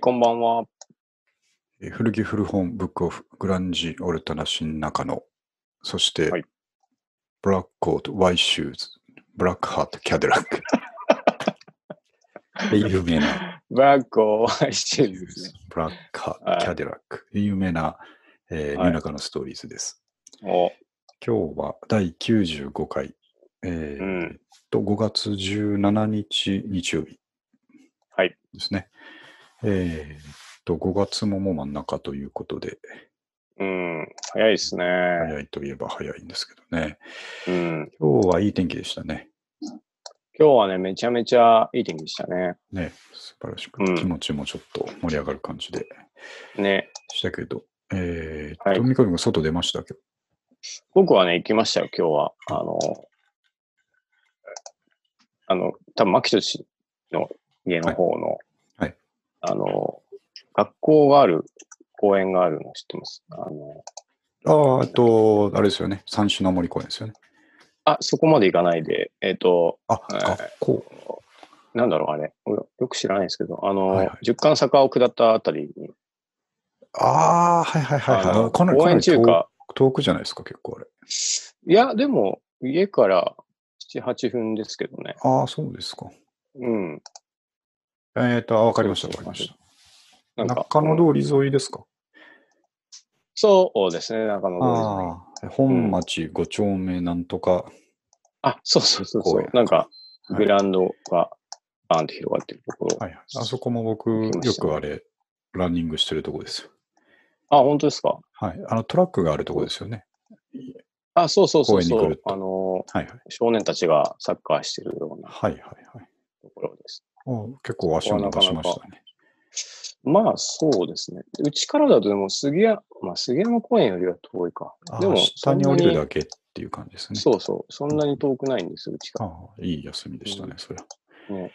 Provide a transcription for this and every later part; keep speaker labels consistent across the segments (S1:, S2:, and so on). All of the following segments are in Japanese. S1: こんばんは。
S2: えー古着古本ブックオフグランジオルタナ新中野そして、
S1: はい
S2: ブラックコートワイシューズブラックハートキャデラッ クで有名な
S1: ブラックを愛してるんですね。
S2: ブラックハー
S1: はい
S2: トキャデラック有名な、えーニ
S1: はい
S2: ューナカのストーリーズです
S1: お
S2: 今日は第95回、えー
S1: うん
S2: と5月17日日曜日
S1: はい
S2: ですね。えーっと5月ももう真ん中ということで、
S1: うん、早いですね。
S2: 早いといえば早いんですけどね。
S1: うん。
S2: 今日はいい天気でしたね。
S1: 今日はね、めちゃめちゃいい天気でしたね。
S2: ね素晴らしく、
S1: うん
S2: 気持ちもちょっと盛り上がる感じで
S1: ね。
S2: したけど、えーっと、
S1: はい
S2: みこみこ外出ましたけど、
S1: 僕はね、行きましたよ、今日は。あの、あの、多分牧俊の家の方の、
S2: はいはい
S1: あの、学校がある、公園があるの知ってますあの、
S2: ああ、えっと、あれですよね、三種の森公園ですよね。
S1: あ、そこまで行かないで、えっ、と、
S2: あ、
S1: い
S2: 学校。
S1: なんだろう、あれ。俺よく知らないんですけど、あの、
S2: はいはい
S1: 十間坂を下ったあたりに、
S2: ああ、はいはいはい
S1: あ
S2: は
S1: の
S2: い。かなり
S1: 公園
S2: か
S1: 中
S2: なり遠
S1: 華、
S2: 遠くじゃないですか、結構あれ。
S1: いや、でも、家から7、8分ですけどね。
S2: ああ、そうですか。
S1: うん。
S2: えっ、と、あわかりました、わかりまし
S1: な
S2: た。
S1: んか、
S2: 中野通り沿いですか。
S1: そうですね、中野通り沿い。
S2: ああ、本町5丁目なんとか、
S1: あ、そうそうそうそ
S2: 公
S1: う
S2: 園。
S1: なんか、
S2: はい
S1: グラウンドがバーンって広がってるところ。
S2: はいはい。あそこも僕、よ
S1: 来ましたね
S2: くあれ、ランニングしてるとこですよ。
S1: あ、本当ですか
S2: はい。あの、トラックがあるとこですよね。
S1: あ、そうそうそうそ
S2: 公園に来
S1: う
S2: る。と
S1: あの、
S2: はいはい。
S1: 少年たちがサッカーしてるような
S2: はいはいはい。
S1: ところです。
S2: お結構足を伸ばしましたね。
S1: まあ、そうですね。うちからだと、でも、杉山、まあ、杉山公園よりは遠いか。で
S2: あ
S1: も
S2: あ、下に降りるだ
S1: け、
S2: けっていう感じですね。
S1: そうそう。そんなに遠くないんです、うちか
S2: ああ、いい休みでしたね、そりゃ。
S1: ら。ね。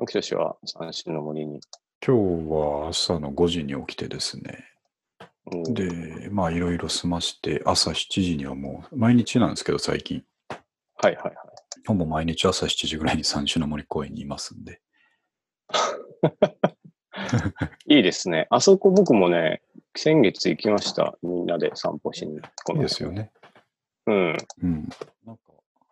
S1: 牧俊は三種の森に。
S2: 今日は朝の5時に起きてですね。
S1: うん
S2: で、まあいろいろ済まして、朝7時にはもう、毎日なんですけど最近、
S1: はいはいはい。
S2: ほぼ毎日朝7時ぐらいに三種の森公園にいますんで。
S1: いいですね。あそこ僕もね、先月行きました。みんなで散歩しに。
S2: い
S1: こ
S2: い
S1: の
S2: ですよ。ね。
S1: うん。
S2: うん。なんか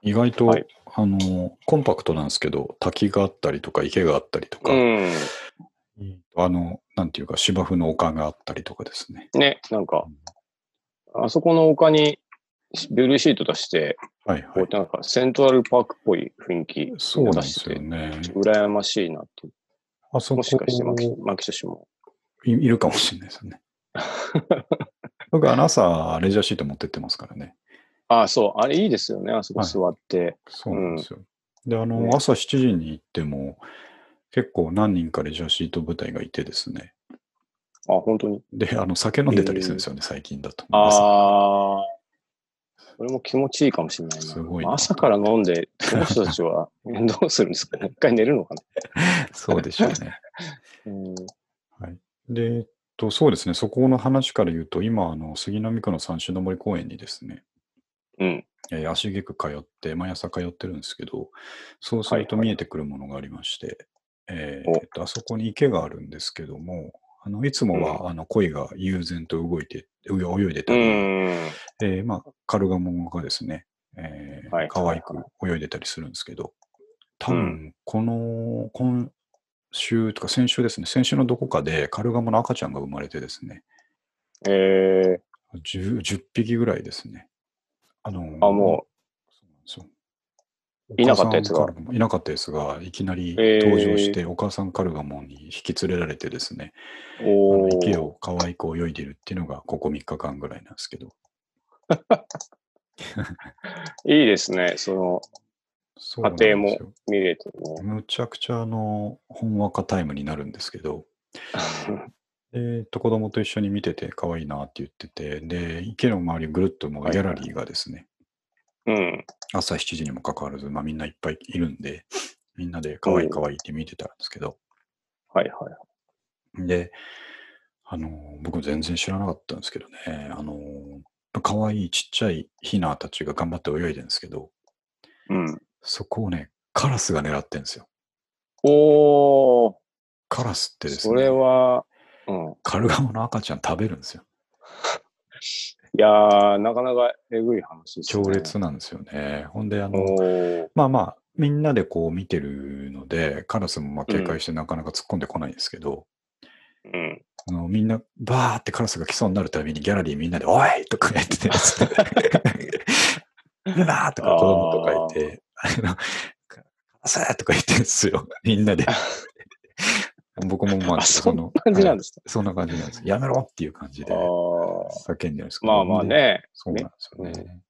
S2: 意外と、
S1: はい
S2: あの、コンパクトなんですけど、滝があったりとか池があったりとか、
S1: うん。
S2: あの、なんていうか芝生の丘があったりとかですね。
S1: ね、なんか、あそこの丘にブルーシート出して、
S2: はいは
S1: こ。
S2: いう
S1: なんかセントラルパークっぽい雰囲気
S2: そうなん
S1: 出
S2: で
S1: し
S2: す
S1: て
S2: よ、ね。
S1: 羨ましいなって。
S2: あそこ
S1: もしかしてマキ、マキシ氏も。
S2: いいるかもしれないです ね。僕、あの朝、レジャーシート持ってってますからね。
S1: ああ、そう。あれいいですよね。あそこ
S2: はい
S1: 座って。
S2: そうなんですよ。で、あ
S1: ね
S2: の、朝7時に行っても、結構何人かレジャーシート部隊がいてですね。
S1: あ、本当に。
S2: で、あの、酒飲んでたりするんですよね、最近だと。朝
S1: ああ。それも気持ちいいかもしれないな。
S2: すごい
S1: まあ朝から飲んで、その人たちは どうするんですかね。一回寝るのかな。
S2: そうでしょうね。
S1: うん
S2: で、えっと、そうですね、そこの話から言うと、今、あの、杉並区の三種の森公園にですね、
S1: うん。
S2: えー足毛区通って、毎朝通ってるんですけど、そうすると
S1: はいはい
S2: 見えてくるものがありまして、えー
S1: お
S2: えっと、あそこに池があるんですけども、あのいつもは、あの鯉が悠然と動いて、泳いでた
S1: う
S2: り、
S1: ん。
S2: えーまあ、カルガモがですね、えー
S1: はい
S2: 可愛く泳いでたりするんですけど、多
S1: う
S2: 分この、今週とか先週ですね、先週のどこかでカルガモの赤ちゃんが生まれてですね、
S1: ええ
S2: 10, 10匹ぐらいですね。あの
S1: あ、も
S2: そう
S1: いなかったやつが
S2: お母さんカルガモいなかったやつがいきなり
S1: えー
S2: 登場して、お母さんカルガモに引き連れられてですね、
S1: う、
S2: あの
S1: お
S2: 池
S1: ー
S2: を可愛く泳いでるっていうのが、ここ3日間ぐらいなんですけど、
S1: いいですね。その、
S2: そうなん
S1: 家庭も
S2: ですよ
S1: 見れてね。
S2: むちゃくちゃあの、ほんわかタイムになるんですけど、えっと、子供と一緒に見てて可愛いなって言ってて、で、池の周りぐるっともうギャラリーがですね、
S1: うん。
S2: 朝7時にもかかわらず、まあみんないっぱいいるんで、みんなで可愛い可愛いって見てたんですけど、
S1: はいはい。
S2: で、あの、僕全然知らなかったんですけどね、あの、可愛いちっちゃいヒナたちが頑張って泳いでるんですけど、
S1: うん。
S2: そこをね、カラスが狙ってるんですよ。
S1: おー。
S2: カラスってです
S1: そ
S2: ね、
S1: れは、うん。
S2: カルガモの赤ちゃん食べるんですよ。
S1: いやー、なかなかえぐい話ですね。
S2: 強烈なんですよね。ほんで、あの、
S1: おー。
S2: まあまあ、みんなでこう見てるので、カラスもまあ警戒してなかなか突っ込んでこないんですけど、
S1: うん。
S2: あのみんな、バーってカラスが来そうになるたびにギャラリーみんなで、おいとか言って て、うわーとか子供とか言って、あの、カラスとか言ってるんです よ、みんなで。僕もまあ、
S1: あ、そんな
S2: の
S1: 感じなん
S2: はい
S1: ですか。
S2: そんな感じなんです。やめろっていう感じで
S1: あー
S2: 叫んでるんですけど。
S1: まあまあね。
S2: そうなんですよね。
S1: ね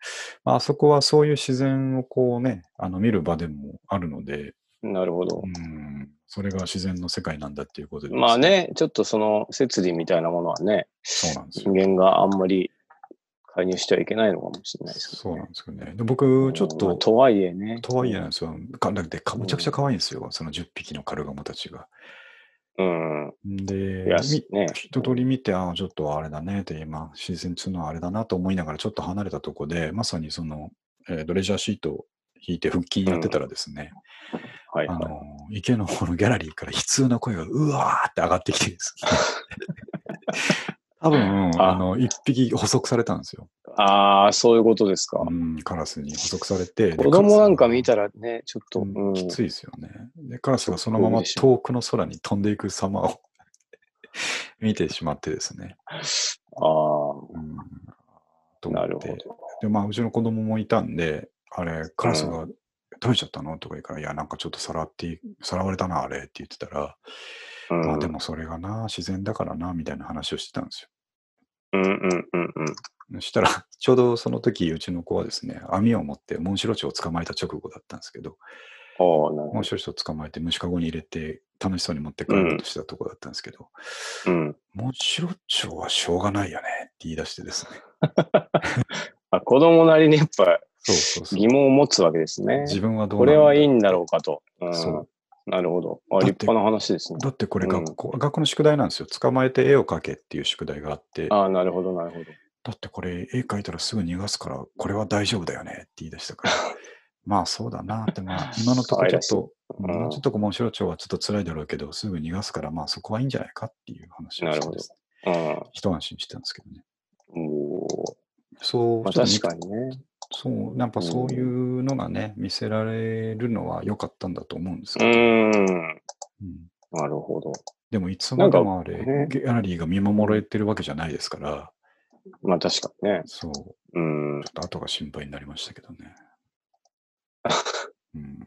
S2: まあ、あそこはそういう自然をこうね、あの見る場でもあるので、
S1: なるほど
S2: う。ん、それが自然の世界なんだっていうことで
S1: まあ。ね、ちょっとその、摂理みたいなものはね、
S2: そうなんです
S1: 人
S2: よ。
S1: 間があんまり介入してはいけないのかもしれないですけ
S2: そ
S1: ど
S2: う
S1: ね
S2: なんですよね。で僕、ちょっ
S1: うんまあ
S2: と、
S1: とはいえね。
S2: とはいえなんですよ。かだってか、むちゃくちゃ可愛いんですよ。その10匹のカルガモたちが。
S1: うん。
S2: で
S1: いや、、
S2: み
S1: ね。
S2: 一通り見て、ああ、ちょっとあれだねって、今、シーズン2のあれだなと思いながら、ちょっと離れたとこで、まさにその、えードレジャーシートを引いて腹筋やってたらですね、
S1: はい
S2: あ
S1: はい。
S2: の、池の方のギャラリーから悲痛な声がうわーって上がってきてですね。 多分、
S1: あ
S2: あの、一匹捕捉されたんですよ。
S1: ああ、そういうことですか。
S2: うん、カラスに捕捉されて。で
S1: 子供なんか見
S2: カ
S1: たらね、ちょっと、
S2: ラ
S1: う
S2: スがうん
S1: ん。
S2: きついですよね。で、カラスがそのまま
S1: ショック
S2: 遠くの空に飛んでいく様を見てしまってですね。
S1: あ
S2: うん、と
S1: あ、
S2: 思
S1: な
S2: っ
S1: るほ
S2: て。
S1: ど。
S2: で、まあ、うちの子供もいたんで、あれ、カラスがどうしちゃったのとか言うから、いや、なんかちょっとさらって、さらわれたな、あれって言ってたら、
S1: うん、
S2: まあでもそれがな、自然だからな、みたいな話をしてたんですよ。
S1: うんうんうんう
S2: そ
S1: ん。
S2: したら、 ちょうどその時、うちの子はですね、網を持ってモンシロチョウを捕まえた直後だったんですけど、
S1: ああ、なる
S2: モ
S1: ほ
S2: ンシロチョウを捕まえて虫かごに入れて、楽しそうに持って帰ろうとしたとこだったんですけど、
S1: ど。うん。
S2: モンシロチョウはしょうがないよねって言い出してですね。
S1: あ子供なりにやっぱ
S2: そうそうそう
S1: 疑。問を持つわけですね。
S2: 自分はどう
S1: こ
S2: なんだ
S1: れはいいんだろうかと。うん、
S2: そう
S1: なるほど。あ
S2: だって
S1: 立派な話ですね。
S2: だってこれ
S1: うん
S2: 学校、学校の宿題なんですよ。捕まえて絵を描けっていう宿題があって、
S1: ああ、なるほど、なるほど。
S2: だってこれ絵描いたらすぐ逃がすから、これは大丈夫だよねって言い出した から、まあそうだなって、まあ今のところちょっと、
S1: 愛らしい
S2: うん
S1: うん
S2: ちょっとこうモンシロチョウはちょっと辛いだろうけど、すぐ逃がすから、まあそこはいいんじゃないかっていう話を
S1: な
S2: して
S1: るほど
S2: ですね
S1: うん。
S2: 一安心してたんですけどね。
S1: おー
S2: そう、
S1: まあ、
S2: ちょっと
S1: 確かにね。
S2: そう、やっぱそういうのがね、見せられるのは良かったんだと思うんです
S1: う
S2: けど、
S1: ん。
S2: うん
S1: なるほど。
S2: でもいつまでもあ
S1: な
S2: れ
S1: んかね、
S2: ギャラリーが見守られてるわけじゃないですから、
S1: まあ確かにね。
S2: そう、ちょ
S1: うん。
S2: っと後が心配になりました けどね。うん、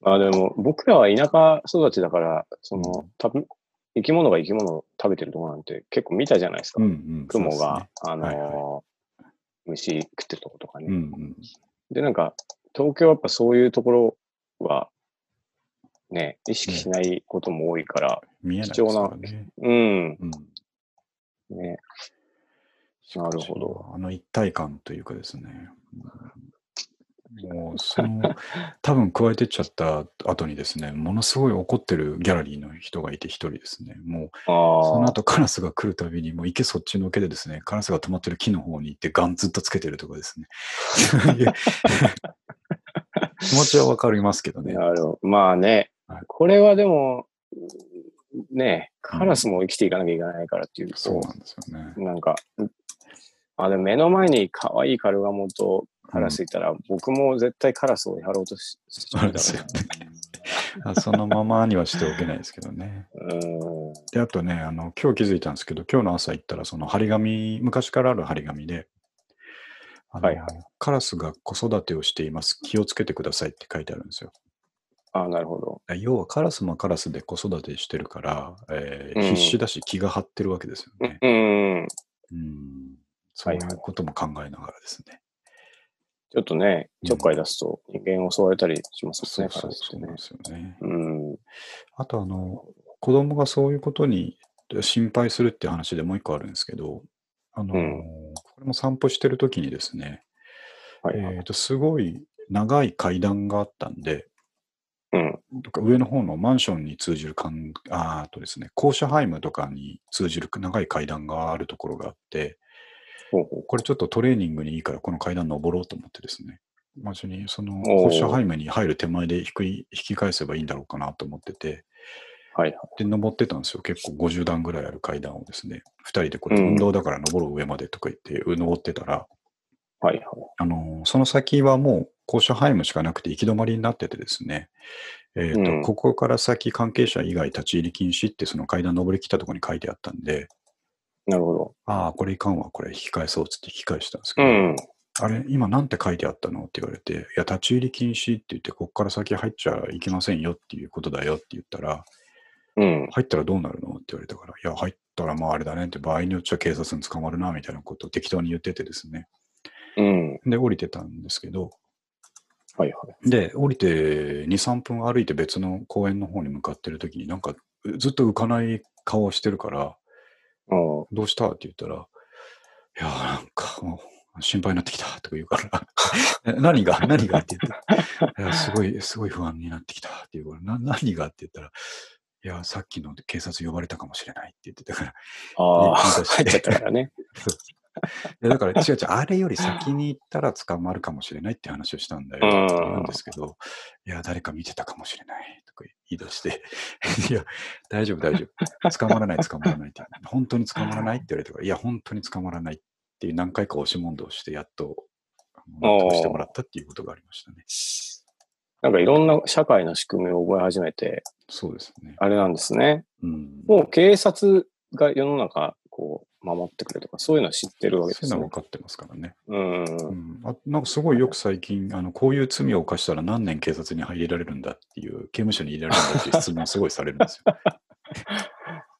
S1: まあでも、僕らは田舎育ちだから、その、たぶ生き物が生き物を食べてるとこなんて結構見たじゃないですか。
S2: うん、うん。
S1: 雲
S2: そうです
S1: が、
S2: ね
S1: あのー
S2: はいは
S1: 虫食ってるとことかね。
S2: うん、うん。
S1: で、なんか、東京はやっぱそういうところは、ね、意識しないことも多いから、
S2: 見えないですからね。
S1: うん、
S2: うん
S1: ね。なるほど。。
S2: あの一体感というかですね。うん もう、その、多分加えてっちゃった後にですね、ものすごい怒ってるギャラリーの人がいて一人ですね。もう、そ
S1: あ
S2: の
S1: あ、
S2: 後カラスが来るたびに、もう池そっちのけでですね、カラスが止まってる木の方に行ってガンずっとつけてるとかですね。 そういう気持ちはわかりますけどね。
S1: なるほど。まあね
S2: はい、
S1: これはでも、ね、カラスも生きていかなきゃいけないからっていうと、
S2: そうなんですよね。
S1: なんか、あでも目の前に可愛いカルガモとカラスいたら、僕も絶対カラスを追い払おうとしし
S2: そうですよね。あそのままにはしておけないですけどね。
S1: うん。
S2: で、あとね、あの、今日気づいたんですけど、今日の朝行ったら、その張り紙、昔からある張り紙で、あの
S1: はいはい
S2: カラスが子育てをしています。気をつけてくださいって書いてあるんですよ。
S1: ああ、なるほど。
S2: だ要はカラスもカラスで子育てしてるから、えー
S1: うん
S2: 必死だし気が張ってるわけですよね。
S1: うん。
S2: うん、そういうことも考えながらですね。
S1: ちょっとね
S2: う、ん
S1: ちょっかい出すと人間を襲われたりします
S2: そ
S1: もん
S2: う
S1: ね、
S2: そう
S1: 体
S2: そう
S1: と
S2: なん
S1: ね
S2: ですよね。
S1: うん。
S2: あとあの、子供がそういうことに心配するっていう話でもう一個あるんですけど、あのー
S1: うん
S2: これも散歩してる時にですね、
S1: はいはい。
S2: えー、とすごい長い階段があったんで、
S1: うん。
S2: とか上の方のマンションに通じるかんあーあとですね、校舎ハイムとかに通じる長い階段があるところがあって、
S1: ほうほう。
S2: これちょっとトレーニングにいいから、この階段登ろうと思ってですね、まあ別にその
S1: おー
S2: 校舎ハイムに入る手前で引き引き返せばいいんだろうかなと思ってて、
S1: はいはい。
S2: で、登ってたんですよ。結構50段ぐらいある階段をですね、2人でこれ
S1: うん
S2: 運動だから登る上までとか言って、登ってたら、
S1: はいはい。
S2: あの、その先はもう校舎配務しかなくて行き止まりになっててですね、えーと
S1: うん
S2: ここから先関係者以外立ち入り禁止ってその階段登りきったところに書いてあったんで、
S1: なるほど。
S2: ああ、これいかんわ、これ引き返そうっつって引き返したんですけ
S1: う
S2: ど、
S1: ん。
S2: あれ、今なんて書いてあったのって言われて、いや、立ち入り禁止って言って、ここから先入っちゃいけませんよっていうことだよって言ったら、
S1: うん。
S2: 入ったらどうなるのって言われたから、いや、入ったらまああれだねって、場合によっちゃ警察に捕まるなみたいなことを適当に言っててですね。
S1: うん。
S2: で、降りてたんですけど、
S1: はいはい。
S2: で、降りて2、3分歩いて別の公園の方に向かってる時に、なんかずっと浮かない顔をしてるから、
S1: あー
S2: どうしたって言ったら、いやー、なんかもう心配になってきたとか言うから、 え何が何がって言って、いや、すごい、すごい不安になってきたっていうから、な何がって言ったら、いや、さっきの警察呼ばれたかもしれないって言ってたから、
S1: あ
S2: い
S1: ー、
S2: い
S1: 入っちゃったからね。
S2: いやだから、違う違う、あれより先に行ったら捕まるかもしれないって話をしたんだよって言うんですけど、いや、誰か見てたかもしれないとか言い出して、 いや、大丈夫、大丈夫。捕まらない、捕まらないって。本当に捕まらないって言われたから、いや、本当に捕まらないっていう何回か押し問答をして、やっとあの納得してもらったっていうことがありましたね。
S1: なんかいろんな社会の仕組みを覚え始めて、
S2: そうですね。
S1: あれなんですね。
S2: うん。
S1: もう警察が世の中、こう、守ってくれとか、そういうのは知ってるわけで
S2: そうい
S1: す
S2: うのは
S1: ね
S2: 分。かってますからね。
S1: うんうん
S2: う
S1: う
S2: ん、
S1: ん。
S2: あなんかすごいよく最近あの、こういう罪を犯したら何年警察に入れられるんだっていう、刑務所に入れられるんだっていう質問をすごいされるんです よ。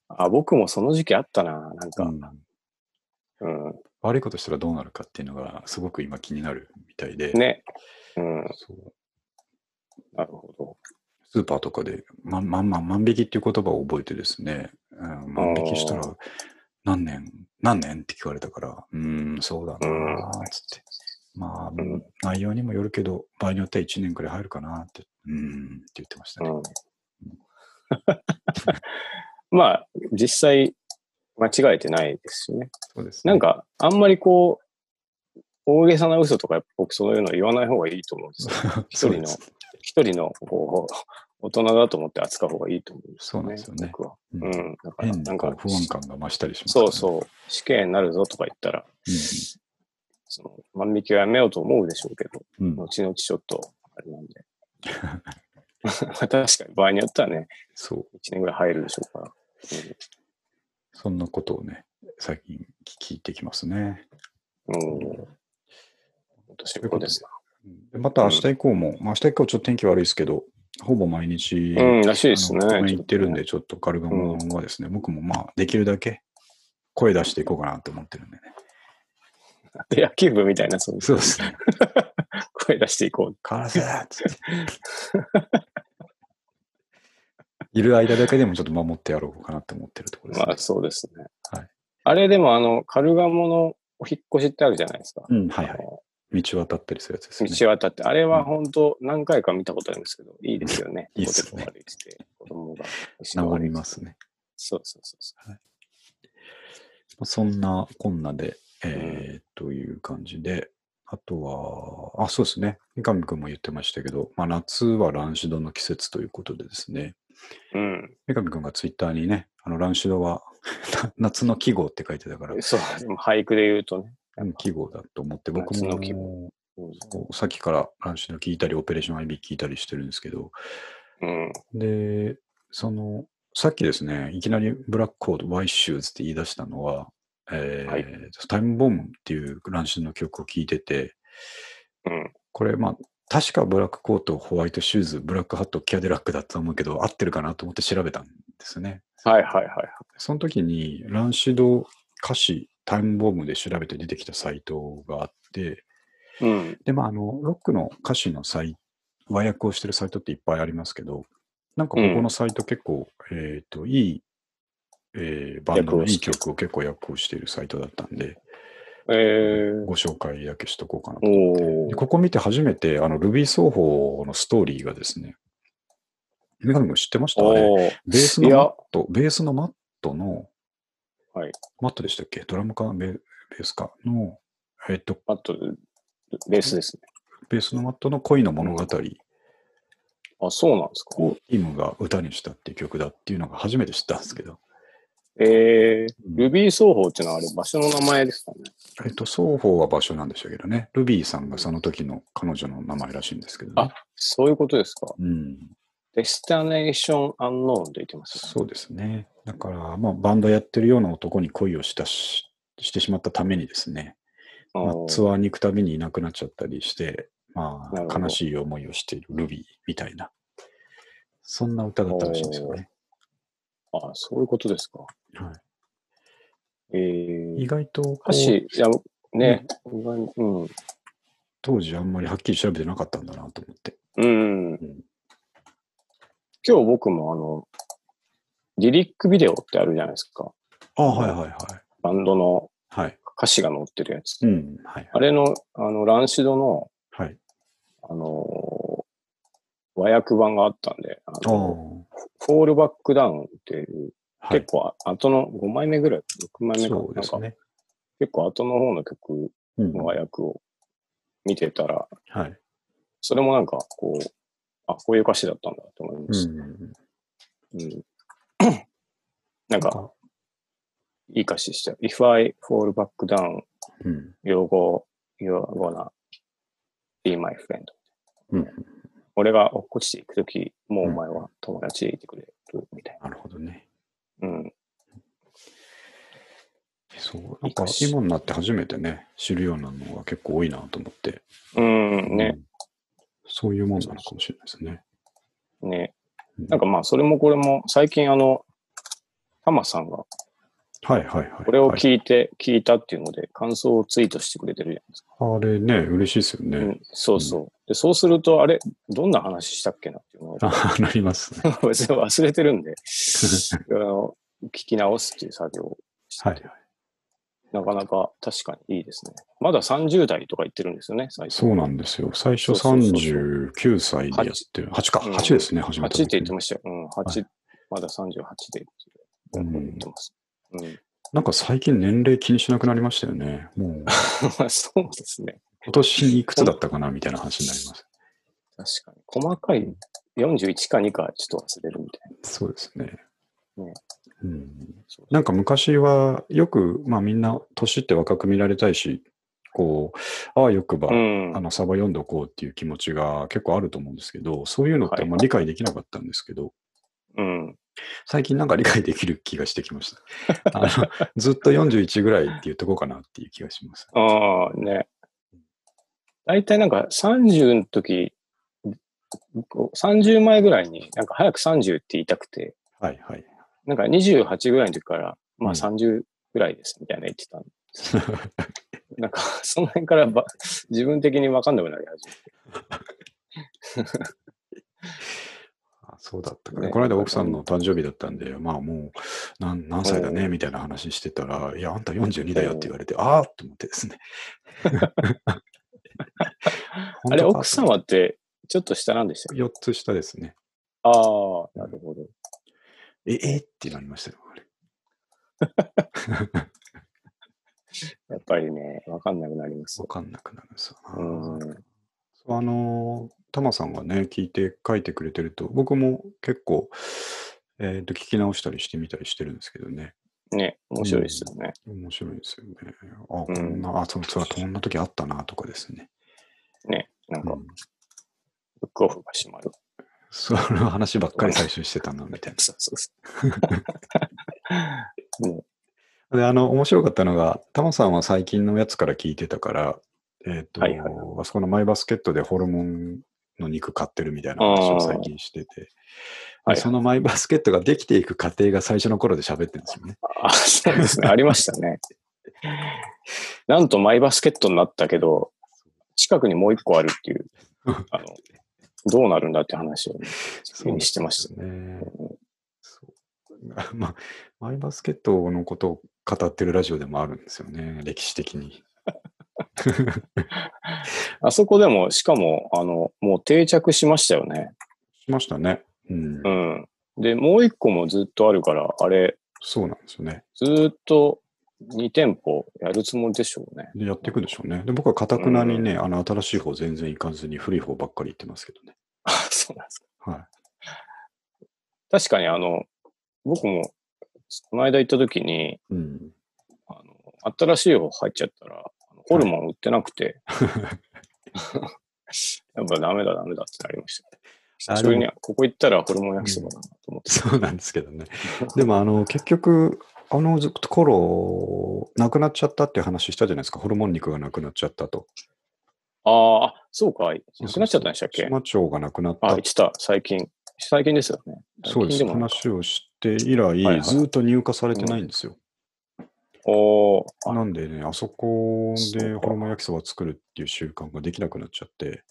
S1: あ、僕もその時期あったな、なん
S2: う
S1: か。
S2: ん
S1: うん。
S2: 悪いことしたらどうなるかっていうのがすごく今気になるみたいで、
S1: ね。うん。
S2: そう
S1: なるほど。
S2: スーパーとかで、ま、まんまん万引きっていう言葉を覚えてですね、うん、万引きしたら何年、何年って聞かれたから、うーん、そうだなーっつって。まあ、
S1: ん
S2: 内容にもよるけど、場合によっては1年くらい入るかなって、うーんって言ってましたね。
S1: うん。 まあ、実際、間違えてないですしね。
S2: そうですね
S1: なんか、あんまりこう、大げさな嘘とか、僕そういうの言わない方がいいと思うんですよ。一
S2: そう
S1: 人
S2: で
S1: の
S2: す、
S1: 一人の、こう、大人だと思って扱う方がいいと思うんです
S2: そうなんですよね
S1: 僕は。
S2: うん
S1: うん。だから、
S2: 変
S1: な
S2: なんん
S1: か
S2: か、不安感が増したりしますから
S1: そ
S2: ね、
S1: うそう、死刑になるぞとか言ったら、
S2: う
S1: その万引きはやめようと思うでしょうけど、
S2: んうん。うん
S1: 後々ちょっと、あれな んで。確かに、場合によってはね、
S2: そう。
S1: 1年ぐらい入るでしょうから。
S2: そんなことをね、最近聞いてきますね。
S1: うん。うん本当仕事ですな。
S2: でまた明日以降も、まあ明日以降ちょっと天気悪いですけど、ほぼ毎日、あ
S1: うん、らしいですね。
S2: の公園行ってるん
S1: ちょ
S2: で、ちょっとカルガモはですね、僕もまあ、できるだけ声出していこうかなと思ってるんでね。
S1: っとね。野球部みたいな、そう
S2: そうですね。
S1: 声出していこう。
S2: カラスだっつって。いる間だけでもちょっと守ってやろうかなと思ってるところです、ね。
S1: まあ、そうですね。
S2: はい
S1: あれでも、あの、カルガモのお引っ越しってあるじゃないですか。
S2: うん、はいは
S1: あの
S2: い。道を渡ったりするやつですね。
S1: 道渡って、あれは本当何回か見たことあるんですけど、いいですよね。
S2: いいっすね
S1: ポテトを歩いてて、子供が後ろを
S2: 治
S1: 歩
S2: り
S1: いてて
S2: ますね。
S1: そうそうそうそ
S2: そんなこんなで、えーという感じで、あとは、あ、そうですね。三上くんも言ってましたけど、まあ、夏はランシドの季節ということでですね、
S1: う。うん。
S2: 三上くんがツイッターにね、あの、ランシドは 夏の季語って書いてたから、
S1: そう、でも俳句で言うとね。
S2: うん季語だと思って、僕
S1: 夏の季
S2: も
S1: うん
S2: こうさっきからランシド聞いたり、オペレーション IB 聞いたりしてるんですけど、
S1: うん。
S2: で、その、さっきですね、いきなりブラックコード、ワイシューズって言い出したのは、えー
S1: はい
S2: タイムボムっていうランシュの曲を聴いてて、
S1: うん。
S2: これ、まあ、確かブラックコート、ホワイトシューズ、ブラックハット、キャデラックだったと思うけど、合ってるかなと思って調べたんですね。
S1: はいはいはいはい。
S2: その時に、ランシュド歌詞、タイムボムで調べて出てきたサイトがあって、
S1: うん。
S2: で、まあ、あの、ロックの歌詞のサイ和訳をしてるサイトっていっぱいありますけど、なんかここのサイト結構、えっ、と、いい、えーバンド
S1: 訳
S2: の
S1: を
S2: いい
S1: してる
S2: 曲を結構訳をしているサイトだったんで、
S1: えー、
S2: ご紹介だけしとこうかなと。
S1: お
S2: で
S1: ー。
S2: ここ見て初めて、あの、ルビー奏法のストーリーがですね、三上君知ってましたあれ
S1: おー。
S2: ベースの
S1: い
S2: マ
S1: や
S2: ッ、ト、ベースのマットの、
S1: はい
S2: マットでしたっけドラムかベベースかの、えっ、と、
S1: あと、ベースですね。
S2: ベースのマットの恋の物語
S1: あ、そうなんですか。
S2: をイムが歌にしたっていう曲だっていうのが初めて知ったんですけど、
S1: えー、
S2: うん
S1: ルビー奏法っていうのはあれ、場所の名前ですかね。
S2: えっと、双方は場所なんでしょうけどね、ルビーさんがその時の彼女の名前らしいんですけどね。
S1: そういうことですか。
S2: うん、
S1: デスタネーションアンノーンと言ってます、
S2: そうですね。だから、まあ、バンドやってるような男に恋をしたし、してしまったためにですね、
S1: あ
S2: まあ
S1: ー
S2: ツアーに行くたびにいなくなっちゃったりして、ま
S1: なる
S2: あ、
S1: ほど
S2: 悲しい思いをしているルビーみたいな、そんな歌だったらしいんですよね。
S1: あ、そういうことですか。
S2: は
S1: え
S2: い、意
S1: ー、
S2: 外とこう
S1: 歌詞、いや、ね、意外にうん。
S2: 当時あんまりはっきり調べてなかったんだなと思って。
S1: うん。今日僕もあの、リリックビデオってあるじゃないですか。
S2: あはいはいはい。
S1: バンドの
S2: はい。
S1: 歌詞が載ってるやつ。
S2: うん。はい。
S1: あれの、あの、ランシドの、
S2: はい。
S1: あのー和訳版があったんで、あ
S2: ああ
S1: のフォールバックダウンっていう、
S2: は
S1: 結
S2: い。
S1: 構あ後の5枚目ぐらい、6枚目か、
S2: そうで
S1: なん
S2: す
S1: か
S2: ね。
S1: 結構後の方の曲
S2: うん。
S1: の
S2: は
S1: 和
S2: い。
S1: 訳を見てたら、それもなんかこう、あ、こういう歌詞だったんだと思いま
S2: う
S1: す。
S2: ん。
S1: うん なんか、
S2: か、
S1: いい歌詞でしたよ。If I fall back down,
S2: うん。
S1: you're go- you're gonna be my friend.
S2: うん
S1: 俺が落っこちていくとき、もうお前は友達でいてくれるみたい
S2: なるほどね。
S1: な。うん。
S2: そう。なんか、今になって初めてね、知るようなのが結構多いなと思って。
S1: うん、ね、
S2: うん。そういうもんなのかもしれないですね。
S1: ね。
S2: うん
S1: なんかまあ、それもこれも、最近あの、タマさんが
S2: はいはいはい。
S1: これを
S2: はい
S1: 聞いて、聞いたっていうので、感想をツイートしてくれてるじゃないですか。
S2: あれね、嬉しいですよ
S1: う
S2: ね。
S1: ん、そうそう。で、そうすると、あれ、どんな話したっけなっていうのを、
S2: あ あ、なります ね。
S1: 別に忘れてるんで、あの聞き直すっていう作業をしてて、
S2: はい。
S1: なかなか確かにいいですね。まだ30代とか言ってるんですよね、最初。
S2: そうなんですよ。最初
S1: そうそうそうそ
S2: 39歳でやってる。8か、
S1: うん
S2: 8ですね、初め
S1: 8
S2: て。
S1: って言ってましたよ。うん、8、まだ38でっ
S2: う
S1: て
S2: ん
S1: 言ってます。うん、
S2: なんか最近年齢気にしなくなりましたよね。もう、
S1: まあそうですね。
S2: 今年いくつだったかなみたいな話になります。
S1: 確かに。細かい41か2かちょっと忘れるみたいな。
S2: そうですね。
S1: ね
S2: うん、
S1: そう
S2: なんか昔はよく、まあみんな年って若く見られたいし、こう、ああよくば、
S1: うん
S2: あ。のサバ読んどこうっていう気持ちが結構あると思うんですけど、そういうのってあんま
S1: はい
S2: 理解できなかったんですけど、
S1: うん。
S2: 最近なんか理解できる気がしてきました。あのずっと41ぐらいって言っとこうかなっていう気がします。
S1: ああ、ね。大体なんか30の時、こう30前ぐらいに、なんか早く30って言いたくて、
S2: はいはい。
S1: なんか28ぐらいの時から、
S2: う
S1: まあ
S2: ん
S1: 30ぐらいですみたいな言ってたんです よなんか、その辺からば自分的に分かんなくなり始めて。
S2: あそうだったかね。
S1: ね
S2: この間奥さんの誕生日だったんで、まあもう何何歳だねみたいな話してたら、いや、あんた42だよって言われて、あーって思ってです ね。
S1: あれ、奥さん
S2: は
S1: はって、ちょっと下なんでしたっけ
S2: ?4 つ下ですね。
S1: ああ、なるほど。
S2: え、えってなりましたよ。あれ
S1: やっぱりね、分かんなくなります
S2: わ。かんなくなるんですよな
S1: うん。
S2: そうあのー、タマさんがね、聞いて書いてくれてると、僕も結構、えっ、と、聞き直したりしてみたりしてるんですけどね。
S1: ね、面白いですよね。
S2: 面白いですよね。あ、こ
S1: ん
S2: んな、あ、そう、そう、こんな時あったなとかですね。
S1: ね、なんか
S2: う、ん
S1: ブックオフが閉まる。
S2: その話ばっかり最初してたな、みたい
S1: そうそうそ
S2: な。で、あの、面白かったのが、タマさんは最近のやつから聞いてたから、えっ、と、
S1: はいはい
S2: あそこのマイバスケットでホルモンの肉買ってるみたいな話を最近してて、
S1: あーはいはい
S2: でそのマイバスケットができていく過程が最初の頃で喋ってるんですよね。
S1: う。あ、そうですね。ありましたね。なんとマイバスケットになったけど、近くにもう一個あるっていう、あの、どうなるんだって話をね、
S2: そうなんですよね
S1: してました。
S2: ね。そうまあ、マイバスケットのことを語ってるラジオでもあるんですよね、歴史的に。
S1: あそこでも、しかも、あの、もう定着しましたよね。
S2: しましたね。うん
S1: う。ん。で、もう一個もずっとあるから、あれ、
S2: そうなんですよね。
S1: ずーっと2店舗やるつもりでしょうね。
S2: でやっていくんでしょうね。で、僕はかたくなにね、あの、新しい方全然行かずに古い方ばっかり行ってますけどね。
S1: あ、そうなんですか。
S2: は
S1: 確かにあの、僕も、この間行った時に、
S2: い。うん。
S1: あの新しい方入っちゃったら、あのホルモン売ってな くて、やっぱダメだダメだってなりました。久しぶりに、ここ行ったらホルモン焼きそばだなと思って。
S2: そうなんですけどね。でも、あの、結局、あのず頃、なくなっちゃったっていう話したじゃないですか。ホルモン肉がなくなっちゃったと。
S1: あーあ、そうか。なくなっちゃったんでしたっけ
S2: 島町がなくなった
S1: あ、
S2: っ
S1: 言ってた。最近。最近ですよね。
S2: そうです。
S1: 最近もなんか
S2: 話をして以来、
S1: はい
S2: ずーっと入荷されてないんですよ。
S1: おーあ
S2: なんでね、あそこ
S1: そう
S2: で
S1: か
S2: ホルモン焼きそば作るっていう習慣ができなくなっちゃって、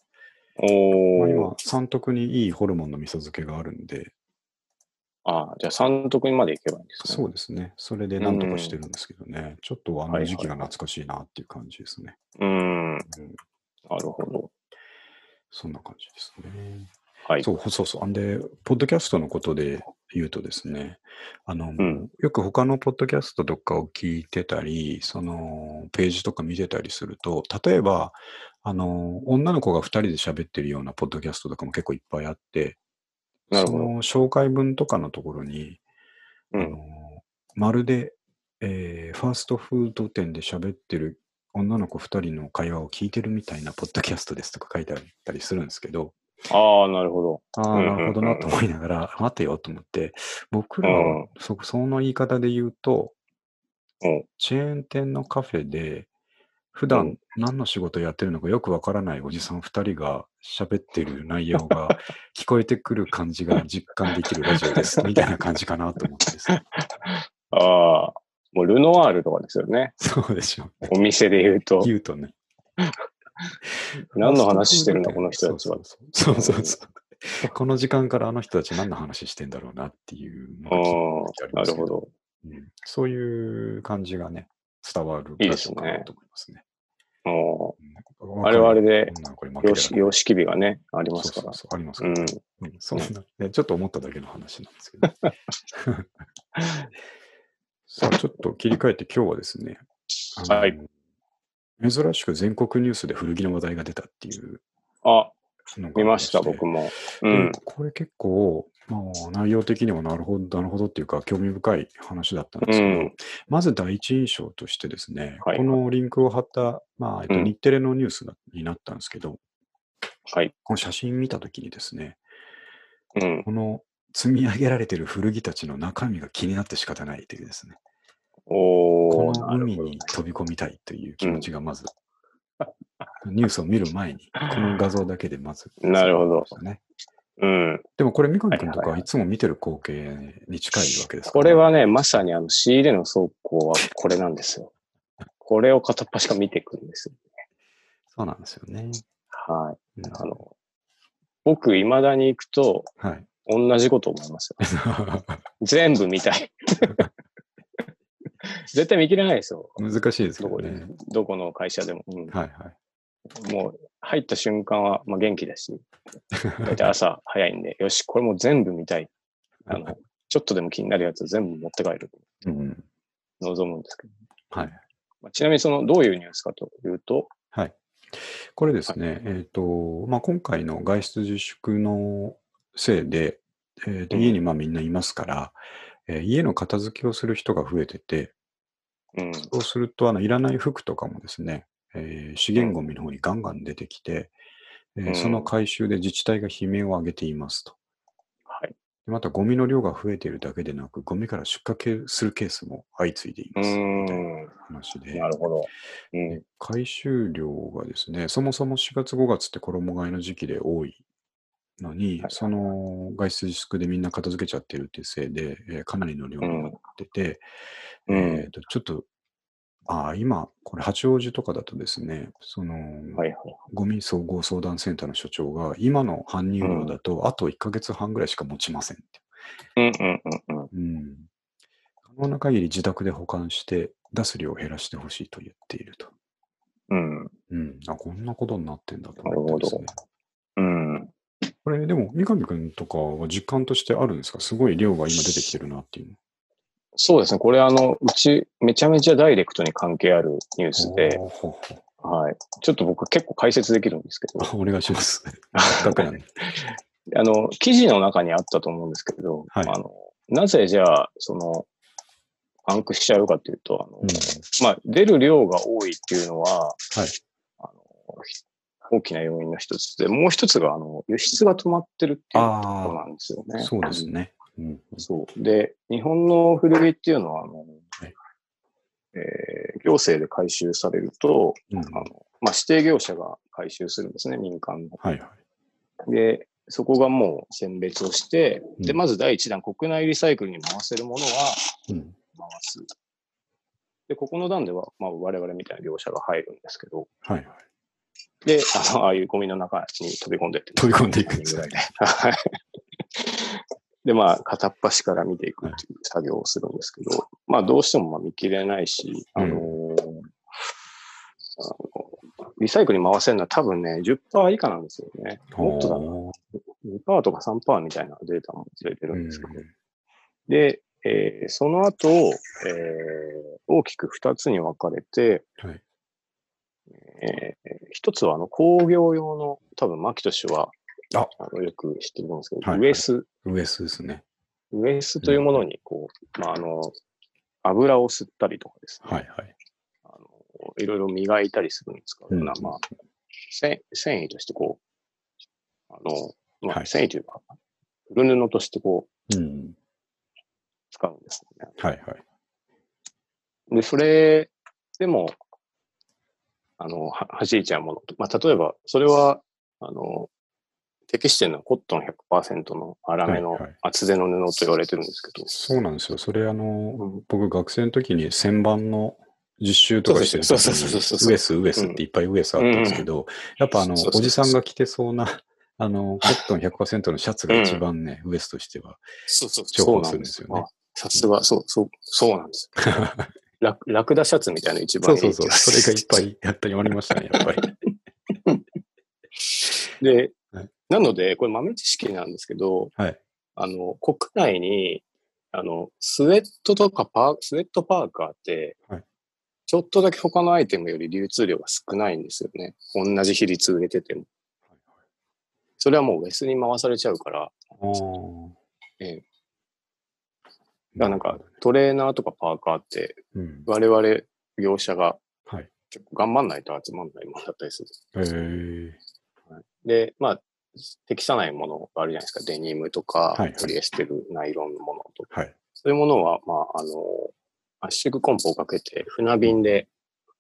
S2: まあ
S1: お
S2: 今
S1: ー、
S2: 三徳にいいホルモンの味噌漬けがあるんで、
S1: あじゃあ三徳にまで行けばいいんですね。
S2: そうですね。それでなんとかしてるんですけどね、ちょっとあ
S1: はい
S2: の
S1: はい
S2: 時期が懐かしいなっていう感じですね。
S1: うーん。な
S2: うん
S1: るほど。
S2: そんな感じですね。
S1: はい。
S2: そうそうそう。あんで、ポッドキャストのことで言うとですね、あの、
S1: ん
S2: よく他のポッドキャストとかを聞いてたり、そのページとか見てたりすると、例えば、あの、女の子が2人で喋ってるようなポッドキャストとかも結構いっぱいあって、
S1: なる
S2: そ
S1: ほど。
S2: の紹介文とかのところに、あ
S1: うん。
S2: のまるで、えーファーストフード店で喋ってる女の子2人の会話を聞いてるみたいなポッドキャストですとか書いてあったりするんですけど、
S1: ああ、なるほど。
S2: あ
S1: う
S2: あ、
S1: んうんう
S2: なんるほどなと思いながら、 待てよと思って、僕らは、
S1: うん
S2: そ、その言い方で言うと、
S1: うん
S2: チェーン店のカフェで、普
S1: う
S2: 段何の仕事やってるのかよくわからないおじさん2人が喋ってる内容が 聞こえてくる感じが実感できるラジオです、みたいな感じかなと思って ですね。
S1: ああ、もうルノワールとかですよね。
S2: そうでしょうね。
S1: お店で言うと。
S2: 言うとね。
S1: 何の話してるのこの人たちは。
S2: そうそうそうそうそうそう。この時間からあの人たち何の話してんだろうなっていうの
S1: う
S2: が聞い
S1: ん
S2: てあり
S1: な
S2: ます
S1: る
S2: けど
S1: ほど。
S2: うんそういう感じがね、伝わる
S1: いい
S2: ラ
S1: で
S2: ジ
S1: す
S2: オ
S1: ね
S2: かなと思いますね。
S1: うん
S2: うん
S1: あれはあれで、
S2: 女の子に負け
S1: 様
S2: て
S1: 式
S2: られない
S1: 様式美がね、ありま
S2: そ
S1: す
S2: うそ
S1: か
S2: う
S1: ら。
S2: そうあります
S1: う
S2: から
S1: ん。
S2: うんそんなねちょっと思っただけの話なんですけど。 さあ、ちょっと切り替えて今日はですね、あの
S1: はい
S2: 珍しく全国ニュースで古着の話題が出たっていう
S1: あ、
S2: のがあり
S1: 見ました、
S2: て
S1: 僕も。う
S2: で
S1: ん。
S2: これ結構、まあ、内容的にもなるほど、なるほどっていうか、興味深い話だったんですけど、
S1: うん
S2: まず第一印象としてですね、
S1: はい
S2: このリンクを貼った、まあえっと、
S1: うん
S2: 日テレのニュースだになったんですけど、
S1: はい。
S2: この写真見たときにですね、
S1: うん。
S2: この積み上げられてる古着たちの中身が気になって仕方ないというですね、
S1: お
S2: こ
S1: ー、
S2: の
S1: なる
S2: 海
S1: ほど
S2: に。飛び込みたいという気持ちがまず、ニュースを見る前に、この画像だけでまず、
S1: なるほど。
S2: ね。
S1: うん。
S2: でもこれ、三上君と
S1: はいはい
S2: か
S1: はい
S2: つも見てる光景に近いわけですか
S1: こ
S2: ら
S1: れはね、まさにあの仕入れの倉庫はこれなんですよ。これを片っ端から見ていくんですよ。
S2: そうなんですよね。
S1: はい。
S2: うん
S1: あの、僕、未だに行くと、
S2: はい。
S1: 同じこと思いますよ。全部見た い。絶対見切れないですよ。
S2: 難しいですけ
S1: ど
S2: ど
S1: こで
S2: ね。、
S1: どこの会社でも。うん
S2: はいは
S1: もう、入った瞬間は、まあ、元気だし、大体朝早いんで、よし、これもう全部見たい。 あの、ちょっとでも気になるやつを全部持って帰る。
S2: い。 うん。
S1: 望むんですけど。
S2: はい。
S1: まあ、ちなみに、その、どういうニュースかというと、
S2: はい。これですね、えっ、と、まあ、今回の外出自粛のせいで、えーと
S1: うん
S2: 家にまあみんないますから、えー家の片付けをする人が増えてて、
S1: うん。
S2: そうすると、あの、いらない服とかもですね、えー資源ゴミの方にガンガン出てきて、えー
S1: うん
S2: その回収で自治体が悲鳴を上げていますと。
S1: はい。。
S2: でまた、ゴミの量が増えているだけでなく、ゴミから出荷するケースも相次いでいうます。みたいなん話で
S1: な、るほど。うん。
S2: 回収量がですね、そもそも4月5月って衣替えの時期で多いのに、
S1: はい
S2: その外出自粛でみんな片付けちゃってるっていうせいで、えーかなりの量になってて、
S1: うんうん
S2: えーとちょっと、ああ、今、これ八王子とかだとですね、その、
S1: はいはい。
S2: ゴミ総合相談センターの所長が、今の搬入量だと、あと1ヶ月半ぐらいしか持ちませんって。
S1: うんうんうんうん。
S2: うん。可能な限り自宅で保管して、出す量を減らしてほしいと言っていると。
S1: うん。
S2: うん、あこんなことになってんだと思ってですね
S1: なる。うん。
S2: これでも三上君とかは実感としてあるんですかすごい量が今出てきてるなっていう
S1: そうですね。これ、あの、うち、めちゃめちゃダイレクトに関係あるニュース
S2: の。
S1: で、
S2: おー ほうほう
S1: はい。ちょっと僕結構解説できるんですけど、
S2: あお願いします。せっかくなんで
S1: あの、記事の中にあったと思うんですけど、
S2: はい
S1: あのなぜじゃあ、その、パンクしちゃうかというと、あの
S2: うん
S1: まあ、出る量が多いっていうのは、
S2: はい
S1: あのひ大きな要因の一つで、もう一つが、あの、輸出が止まってるっていうところ
S2: あ
S1: なんですよ
S2: あ、
S1: ね。
S2: そうですね。うん。
S1: そう。で、日本の古着っていうのは、あの、
S2: はい
S1: えー行政で回収されると、
S2: うん
S1: あのまあ、指定業者が回収するんですね、民間の。
S2: はいはい。
S1: で、そこがもう選別をして、で、
S2: うん
S1: まず第一弾、国内リサイクルに回せるものは
S2: うん。
S1: 回す。で、ここの段では、まあ、我々みたいな業者が入るんですけど、
S2: はいはい。
S1: で、あのああいうゴミの中に飛び込んでって。
S2: 飛び込んでいくん
S1: ぐ
S2: ですね
S1: らいで。はい で、まあ、片っ端から見ていくっていう作業をするんですけど、まあ、どうしてもまあ見切れないし、あのーあのリサイクルに回せるのは多分ね、10%以下なんですよね。もっとだな。
S2: おー
S1: 2%とか3%みたいなデータも出てる
S2: うんん
S1: ですけど。で、えーその後、えー大きく2つに分かれて、
S2: はい
S1: え1つはあの工業用の、多分、牧俊は
S2: あ
S1: あのよく知ってると思うんですけど、
S2: はい
S1: ウエス、
S2: ウエスですね。
S1: ウエスというものに、こう、まあ、あの、油を吸ったりとかですね、
S2: はいはい。
S1: あのいろいろ磨いたりするんですから、
S2: うん
S1: まあ、せ繊維としてこう、あの、ま
S2: は
S1: あ、
S2: い
S1: 繊維というか、古布としてこう、
S2: うん。
S1: 使うんですよね。
S2: はいはい。
S1: で、それでも、あの、は弾いちゃうものと。まあ、例えば、それは、あの、適してるのはコットン100%の粗めの
S2: はいはい
S1: 厚手の布と言われてるんですけど。
S2: そうなんですよ。それ、あの、
S1: うん
S2: 僕、学生の時に旋盤の実習とかしてる時
S1: そうそうそうそうそうそう
S2: に、ウエス、ウエスっていっぱいウエスあったんですけど、やっぱ、あの、
S1: そうそうそうそう
S2: おじさんが着てそうな、 あの、コットン100%のシャツが一番ね、ウエスとしては。
S1: そうそう
S2: 重宝
S1: な
S2: する
S1: ん
S2: ん
S1: で
S2: ですすよ
S1: よ
S2: ね
S1: ね。あさすが、そう、そう、そうなん ですよ。ララクダシャツみたいなの
S2: そ
S1: 一番
S2: うそうそう。それがいっぱ
S1: い
S2: いやったりありましたね、やっぱ り。
S1: い。で
S2: はい、
S1: なので、これ豆知識なんですけど、
S2: はい。
S1: あの、国内に、あの、スウェットとかパー、スウェットパーカーって、
S2: はい
S1: ちょっとだけ他のアイテムより流通量が少ないんですよね。同じ比率売れてても。それはもうウェスに回されちゃうから、
S2: あー
S1: ええだからなん
S2: る
S1: か
S2: ほどね
S1: トレーナーとかパーカーって、
S2: うん。
S1: 我々業者が
S2: はい。
S1: 結構頑張んないと集まんないものだったりする。
S2: えー、
S1: で、まあ、適さないものがあるじゃないですか。デニムとか
S2: はいはい、
S1: ポリエステル、ナイロンのものとか。
S2: はい。
S1: そういうものは、まあ、あの、圧縮コンポをかけて、船便で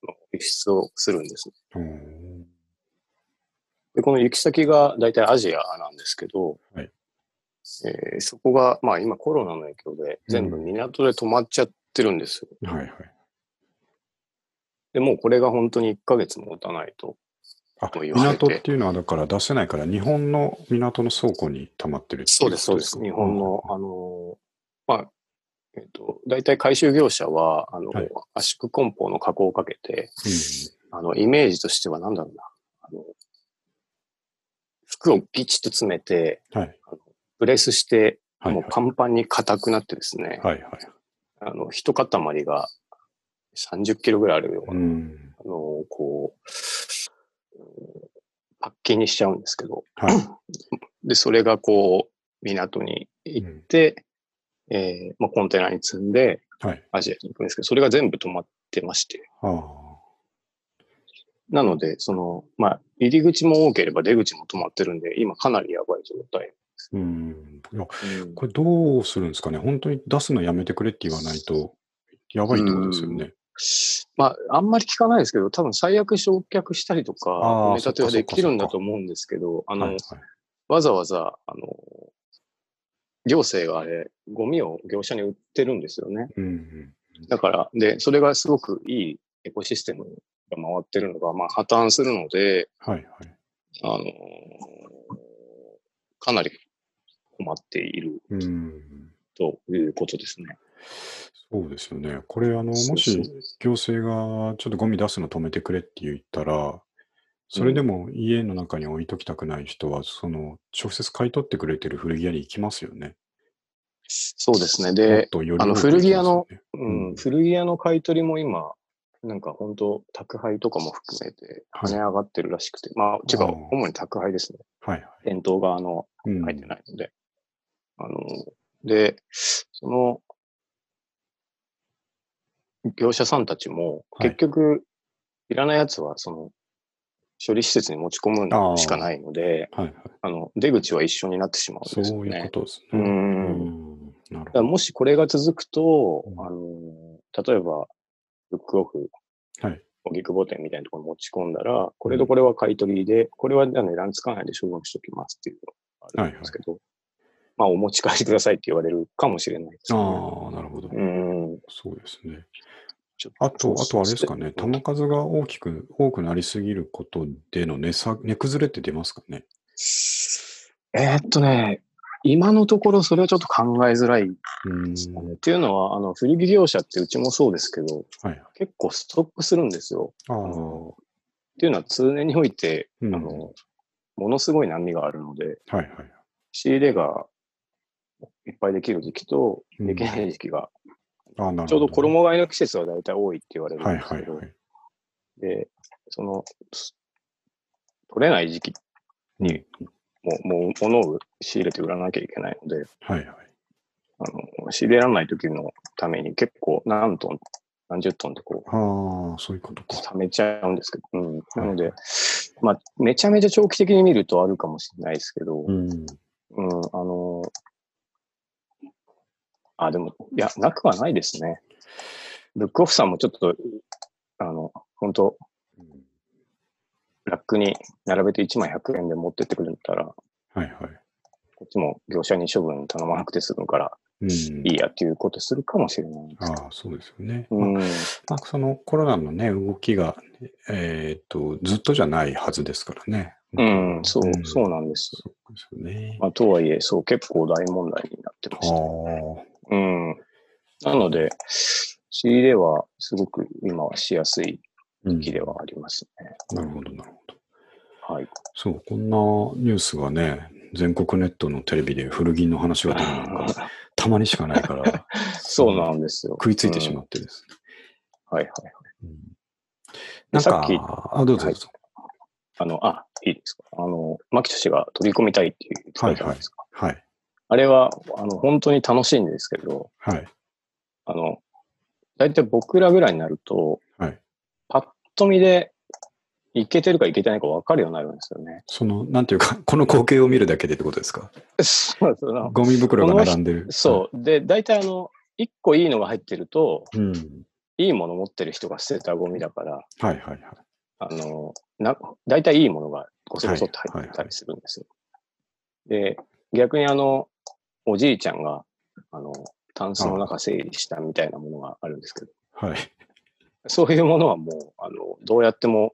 S1: あの輸出をするんですね。
S2: うーん
S1: で、この行き先が大体アジアなんですけど、
S2: はい
S1: えーそこが、まあ今コロナの影響で全部港で止まっちゃってるんですよ。
S2: はいはい。
S1: で、もうこれが本当に1ヶ月も持たないと。
S2: あ
S1: と、言われて
S2: 港っていうのはだから出せないから、日本の港の倉庫に溜まってるってい
S1: そうです、そうです。
S2: こと
S1: 日
S2: か
S1: 本の、あの、まあ、えっ、と、大体回収業者は、あの、
S2: はい
S1: 圧縮梱包の加工をかけて、あの、イメージとしては何だろうな。あの、服をギチッと詰めて、
S2: うんはい。
S1: プレスして、
S2: はい。
S1: もう
S2: は
S1: パンパンに硬くなってですね、
S2: い。はい。
S1: あの、一塊が30キロぐらいあるよう
S2: う
S1: な、
S2: ん。
S1: あの、こう、うんパッキンにしちゃうんですけど、
S2: はい。
S1: で、それがこう、港に行って、えーまあ、コンテナに積んで、
S2: はい。
S1: アジアに行くんですけど、それが全部止まってまして、
S2: ああ。
S1: なので、その、まあ、入り口も多ければ出口も止まってるんで、今かなりやばい状態。
S2: うん。いやこれどうするんですかね本当に出すのやめてくれって言わないと、やばいってことですよね。
S1: まあ、あんまり聞かないですけど、多分最悪焼却したりとか、
S2: あー
S1: 埋め立てはできるんだと思うんですけど、あ
S2: は
S1: の、
S2: い。はい
S1: わざわざ、あの、行政があれ、ゴミを業者に売ってるんですよね。
S2: うんうん。
S1: だから、で、それがすごくいいエコシステムが回ってるのが、まあ、破綻するので、
S2: はい。はい。
S1: あの、かなり困っている
S2: うん。
S1: ということですね。
S2: そうですよね。これ、あの、も
S1: そう
S2: し
S1: そう
S2: 行政がちょっとゴミ出すの止めてくれって言ったら、それでも家の中に置いときたくない人は、その、直接買い取ってくれてる古着屋に行きますよね。
S1: そうですね。
S2: もっ
S1: で、
S2: とより
S1: あの
S2: 多く
S1: 古着屋の
S2: 行きますよね、
S1: うん
S2: うん
S1: 古着屋の買い取りも今、なんか本当宅配とかも含めて跳ね上がってるらしくて、まあ、違う
S2: お、ー
S1: 主に宅配ですね。
S2: はいは
S1: 店頭側の
S2: い。うん
S1: 入ってないので。あの、で、その、業者さんたちも、
S2: はい
S1: 結局、いらないやつは、その、処理施設に持ち込
S2: あー
S1: むしかないので、
S2: はいはい。
S1: あの、出口は一緒になってしまうんです
S2: そ
S1: よ
S2: ういうこ
S1: ね。
S2: とです
S1: う。
S2: ね。うんん。なる
S1: だか
S2: ほ
S1: らもしこれが続くと、
S2: うん
S1: あの、例えば、ブックオフ、
S2: はい
S1: 荻窪店みたいなところに持ち込んだら、これとこれは買い取りで、これは値段つかないで処分しておきますっていうのがあるんですけど、まあ、お持ち帰りくださいって言われるかもしれないですね、
S2: ど。ああ、なるほど。
S1: うん。
S2: そうですね。
S1: ちょっ
S2: あと、あとあれですか
S1: う
S2: ね、
S1: ん
S2: 球数が大きく、多くなりすぎることでの値下値崩れって出ますかね。
S1: えーっとね、今のところそれはちょっと考えづらいで
S2: うーん。
S1: すかね。っていうのは、あの、古着業者ってうちもそうですけど、
S2: はい。
S1: 結構ストックするんですよ。
S2: あ
S1: あ
S2: あ、
S1: のっていうのは通年において、
S2: うん
S1: あの、ものすごい波があるので、
S2: はいはい。
S1: 仕入れがいっぱいできる時期と、
S2: うん
S1: できない時期が、
S2: ああ、なるほど。
S1: ちょうど衣替えの季節は大体多いって言われる
S2: は
S1: ん
S2: い
S1: です
S2: は
S1: け
S2: い
S1: ど
S2: は、い。
S1: で、その、す取れない時期
S2: に、
S1: も、もう、物を仕入れて売らなきゃいけないので、
S2: はいはい。
S1: あの、仕入れられない時のために結構何トン、何十トンってこう、
S2: ああ、そういうことか。
S1: 溜めちゃうんですけど、うん。なので、まあ、めちゃめちゃ長期的に見るとあるかもしれないですけど、
S2: うん。
S1: うん、あの、あ、でも、いや、なくはないですね。ブックオフさんもちょっと、あの、本当ラックに並べて1枚100円で持ってってくれたら、
S2: はいはい。
S1: こっちも業者に処分頼まなくて済むから、
S2: うん、
S1: いいやっていうことするかもしれない。
S2: ああ、そうですよね。
S1: う
S2: まあ
S1: ん。
S2: なんかそのコロナのね、動きが、えーっと、ずっとじゃないはずですからね。
S1: うん、そう、そうんなんです。
S2: そうですよね。
S1: まあ、とはいえ、そう、結構大問題になってま
S2: あ
S1: した。
S2: ー
S1: うん。なので、仕入れはすごく今はしやすい
S2: うん
S1: 時ではありますね。
S2: なるほど、なるほど。
S1: はい。
S2: そう、こんなニュースがね、全国ネットのテレビで古着の話が出るの が、たまにしかないから、
S1: そうなんですよ。
S2: 食いついてしまってですね。
S1: はいはい。
S2: うんなん
S1: さっき
S2: か、あ、どうぞどうぞ。
S1: あの、あ、いいですか。あの、牧俊が取り込みたいって言ってたじゃないですか。
S2: はい、
S1: あれは、あの、本当に楽しいんですけど、
S2: はい、
S1: あの、大体僕らぐらいになると、
S2: はい。
S1: パッと見で、いけてるかいけてないか分かるようになるんですよね。
S2: その、なんていうか、 この光景を見るだけでってことですか
S1: そうそうあの
S2: ゴミ袋が並んでる。
S1: そう。で、大体あの、一個いいのが入ってると、
S2: う。うん。
S1: いいもの持ってる人が捨てたゴミだから、
S2: はいはいはい。
S1: あの、な大体いいものがゴソゴソって入って
S2: はいは
S1: た
S2: いはい
S1: りするんですよ。で、逆にあの、おじいちゃんが、あの、タンスの中整理したみたいなものがあるんですけど、
S2: はい。
S1: そういうものはもう、あの、どうやっても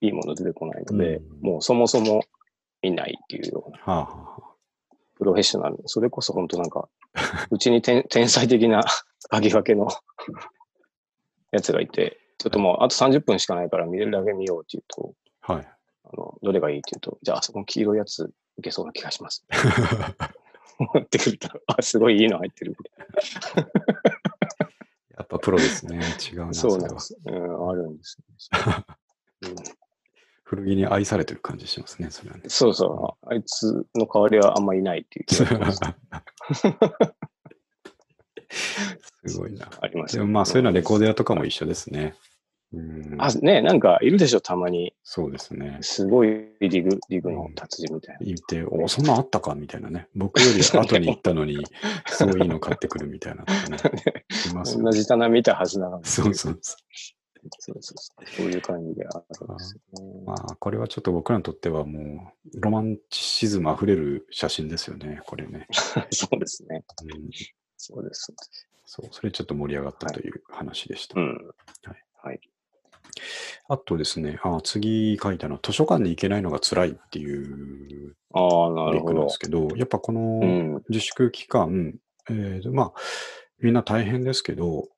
S1: いいもの出てこないので、
S2: うん
S1: もうそもそも見ないっていうような、
S2: はあ、は
S1: プロフェッショナル、それこそ本当なんか、うちに天天才的な鍵分けの やつがいて、ちょっともう、あと30分しかないから見れるだけ見ようっていうと、
S2: あ、はい。
S1: あの、どれがいいって言うと、じゃあ、あそこの黄色いやつ、いけそうな気がします。持ってくると、あ、すごいいいの入ってる。
S2: やっぱプロですね。違うな。
S1: そうなん
S2: れ
S1: で
S2: は
S1: す。うん、あるんです、うん
S2: 古着に愛されてる感じしますね、そ れはね。
S1: そうそう。あいつの代わりはあんまいないっていう気が
S2: すごいな。
S1: あります
S2: でもまあそういうのはレコー
S1: で。
S2: ディアとかも一緒ですね。うん、
S1: あ、ねなんかいるでしょ、たまに。
S2: そうですね。
S1: すごいディグ、ディグの達人みたいな。
S2: 言って、お、そんなんあったかみたいなね。僕よ り後に行ったのに、すごいいいの買ってくるみたいなとかね。いますよ
S1: 同じ棚見たはずなのに。
S2: そうそうそ
S1: そうそうそう。そういう感じであるんです
S2: う。
S1: よね。
S2: まあ、これはちょっと僕らにとってはもう、ロマンチズムあふれる写真ですよね、これね。
S1: そうですね。
S2: うん、
S1: そうです。
S2: そう、それちょっと盛り上がったという話でした。
S1: うん。
S2: あとですね、あ次書いたのは、図書館に行けないのが辛いっていう
S1: ああ、な
S2: リ
S1: る
S2: ンクな
S1: ほ
S2: ん
S1: ど
S2: で。すけど、やっぱこ
S1: う
S2: の
S1: ん。
S2: 自粛期間、えーとまあ、みんな大変ですけど、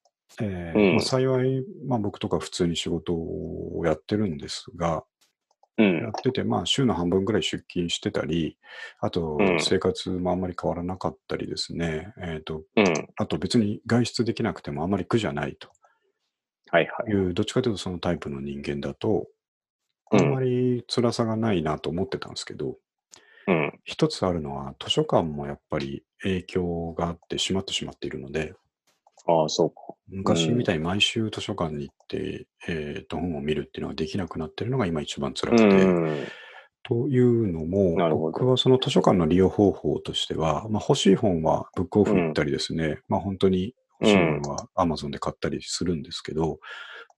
S2: えー
S1: うん
S2: まあ、幸い、まあ、僕とか普通に仕事をやってるんですが、
S1: う
S2: や
S1: ん
S2: っ。てて、まあ、週の半分ぐらい出勤してたり、あと
S1: うん
S2: 生活もあんまり変わらなかったりですね、えーと
S1: うん。
S2: あと別に外出できなくてもあんまり苦じゃないと
S1: はいはいい。
S2: う、どっちかというとそのタイプの人間だと、
S1: う
S2: あ
S1: ん
S2: んまり辛さがないなと思ってたんですけど、
S1: うん。
S2: 一つあるのは図書館もやっぱり影響があってしまってしまっているので、
S1: ああ、そうか。
S2: 昔みたいに毎週図書館に行って、えーと本を見るっていうのができなくなってるのが今一番辛くて、
S1: うん。
S2: というのも
S1: なる、ほど
S2: 僕はその図書館の利用方法としては、まあ、欲しい本はブックオフ行ったりですね、まあ、本当に欲しい本は Amazon で買ったりするんですけど、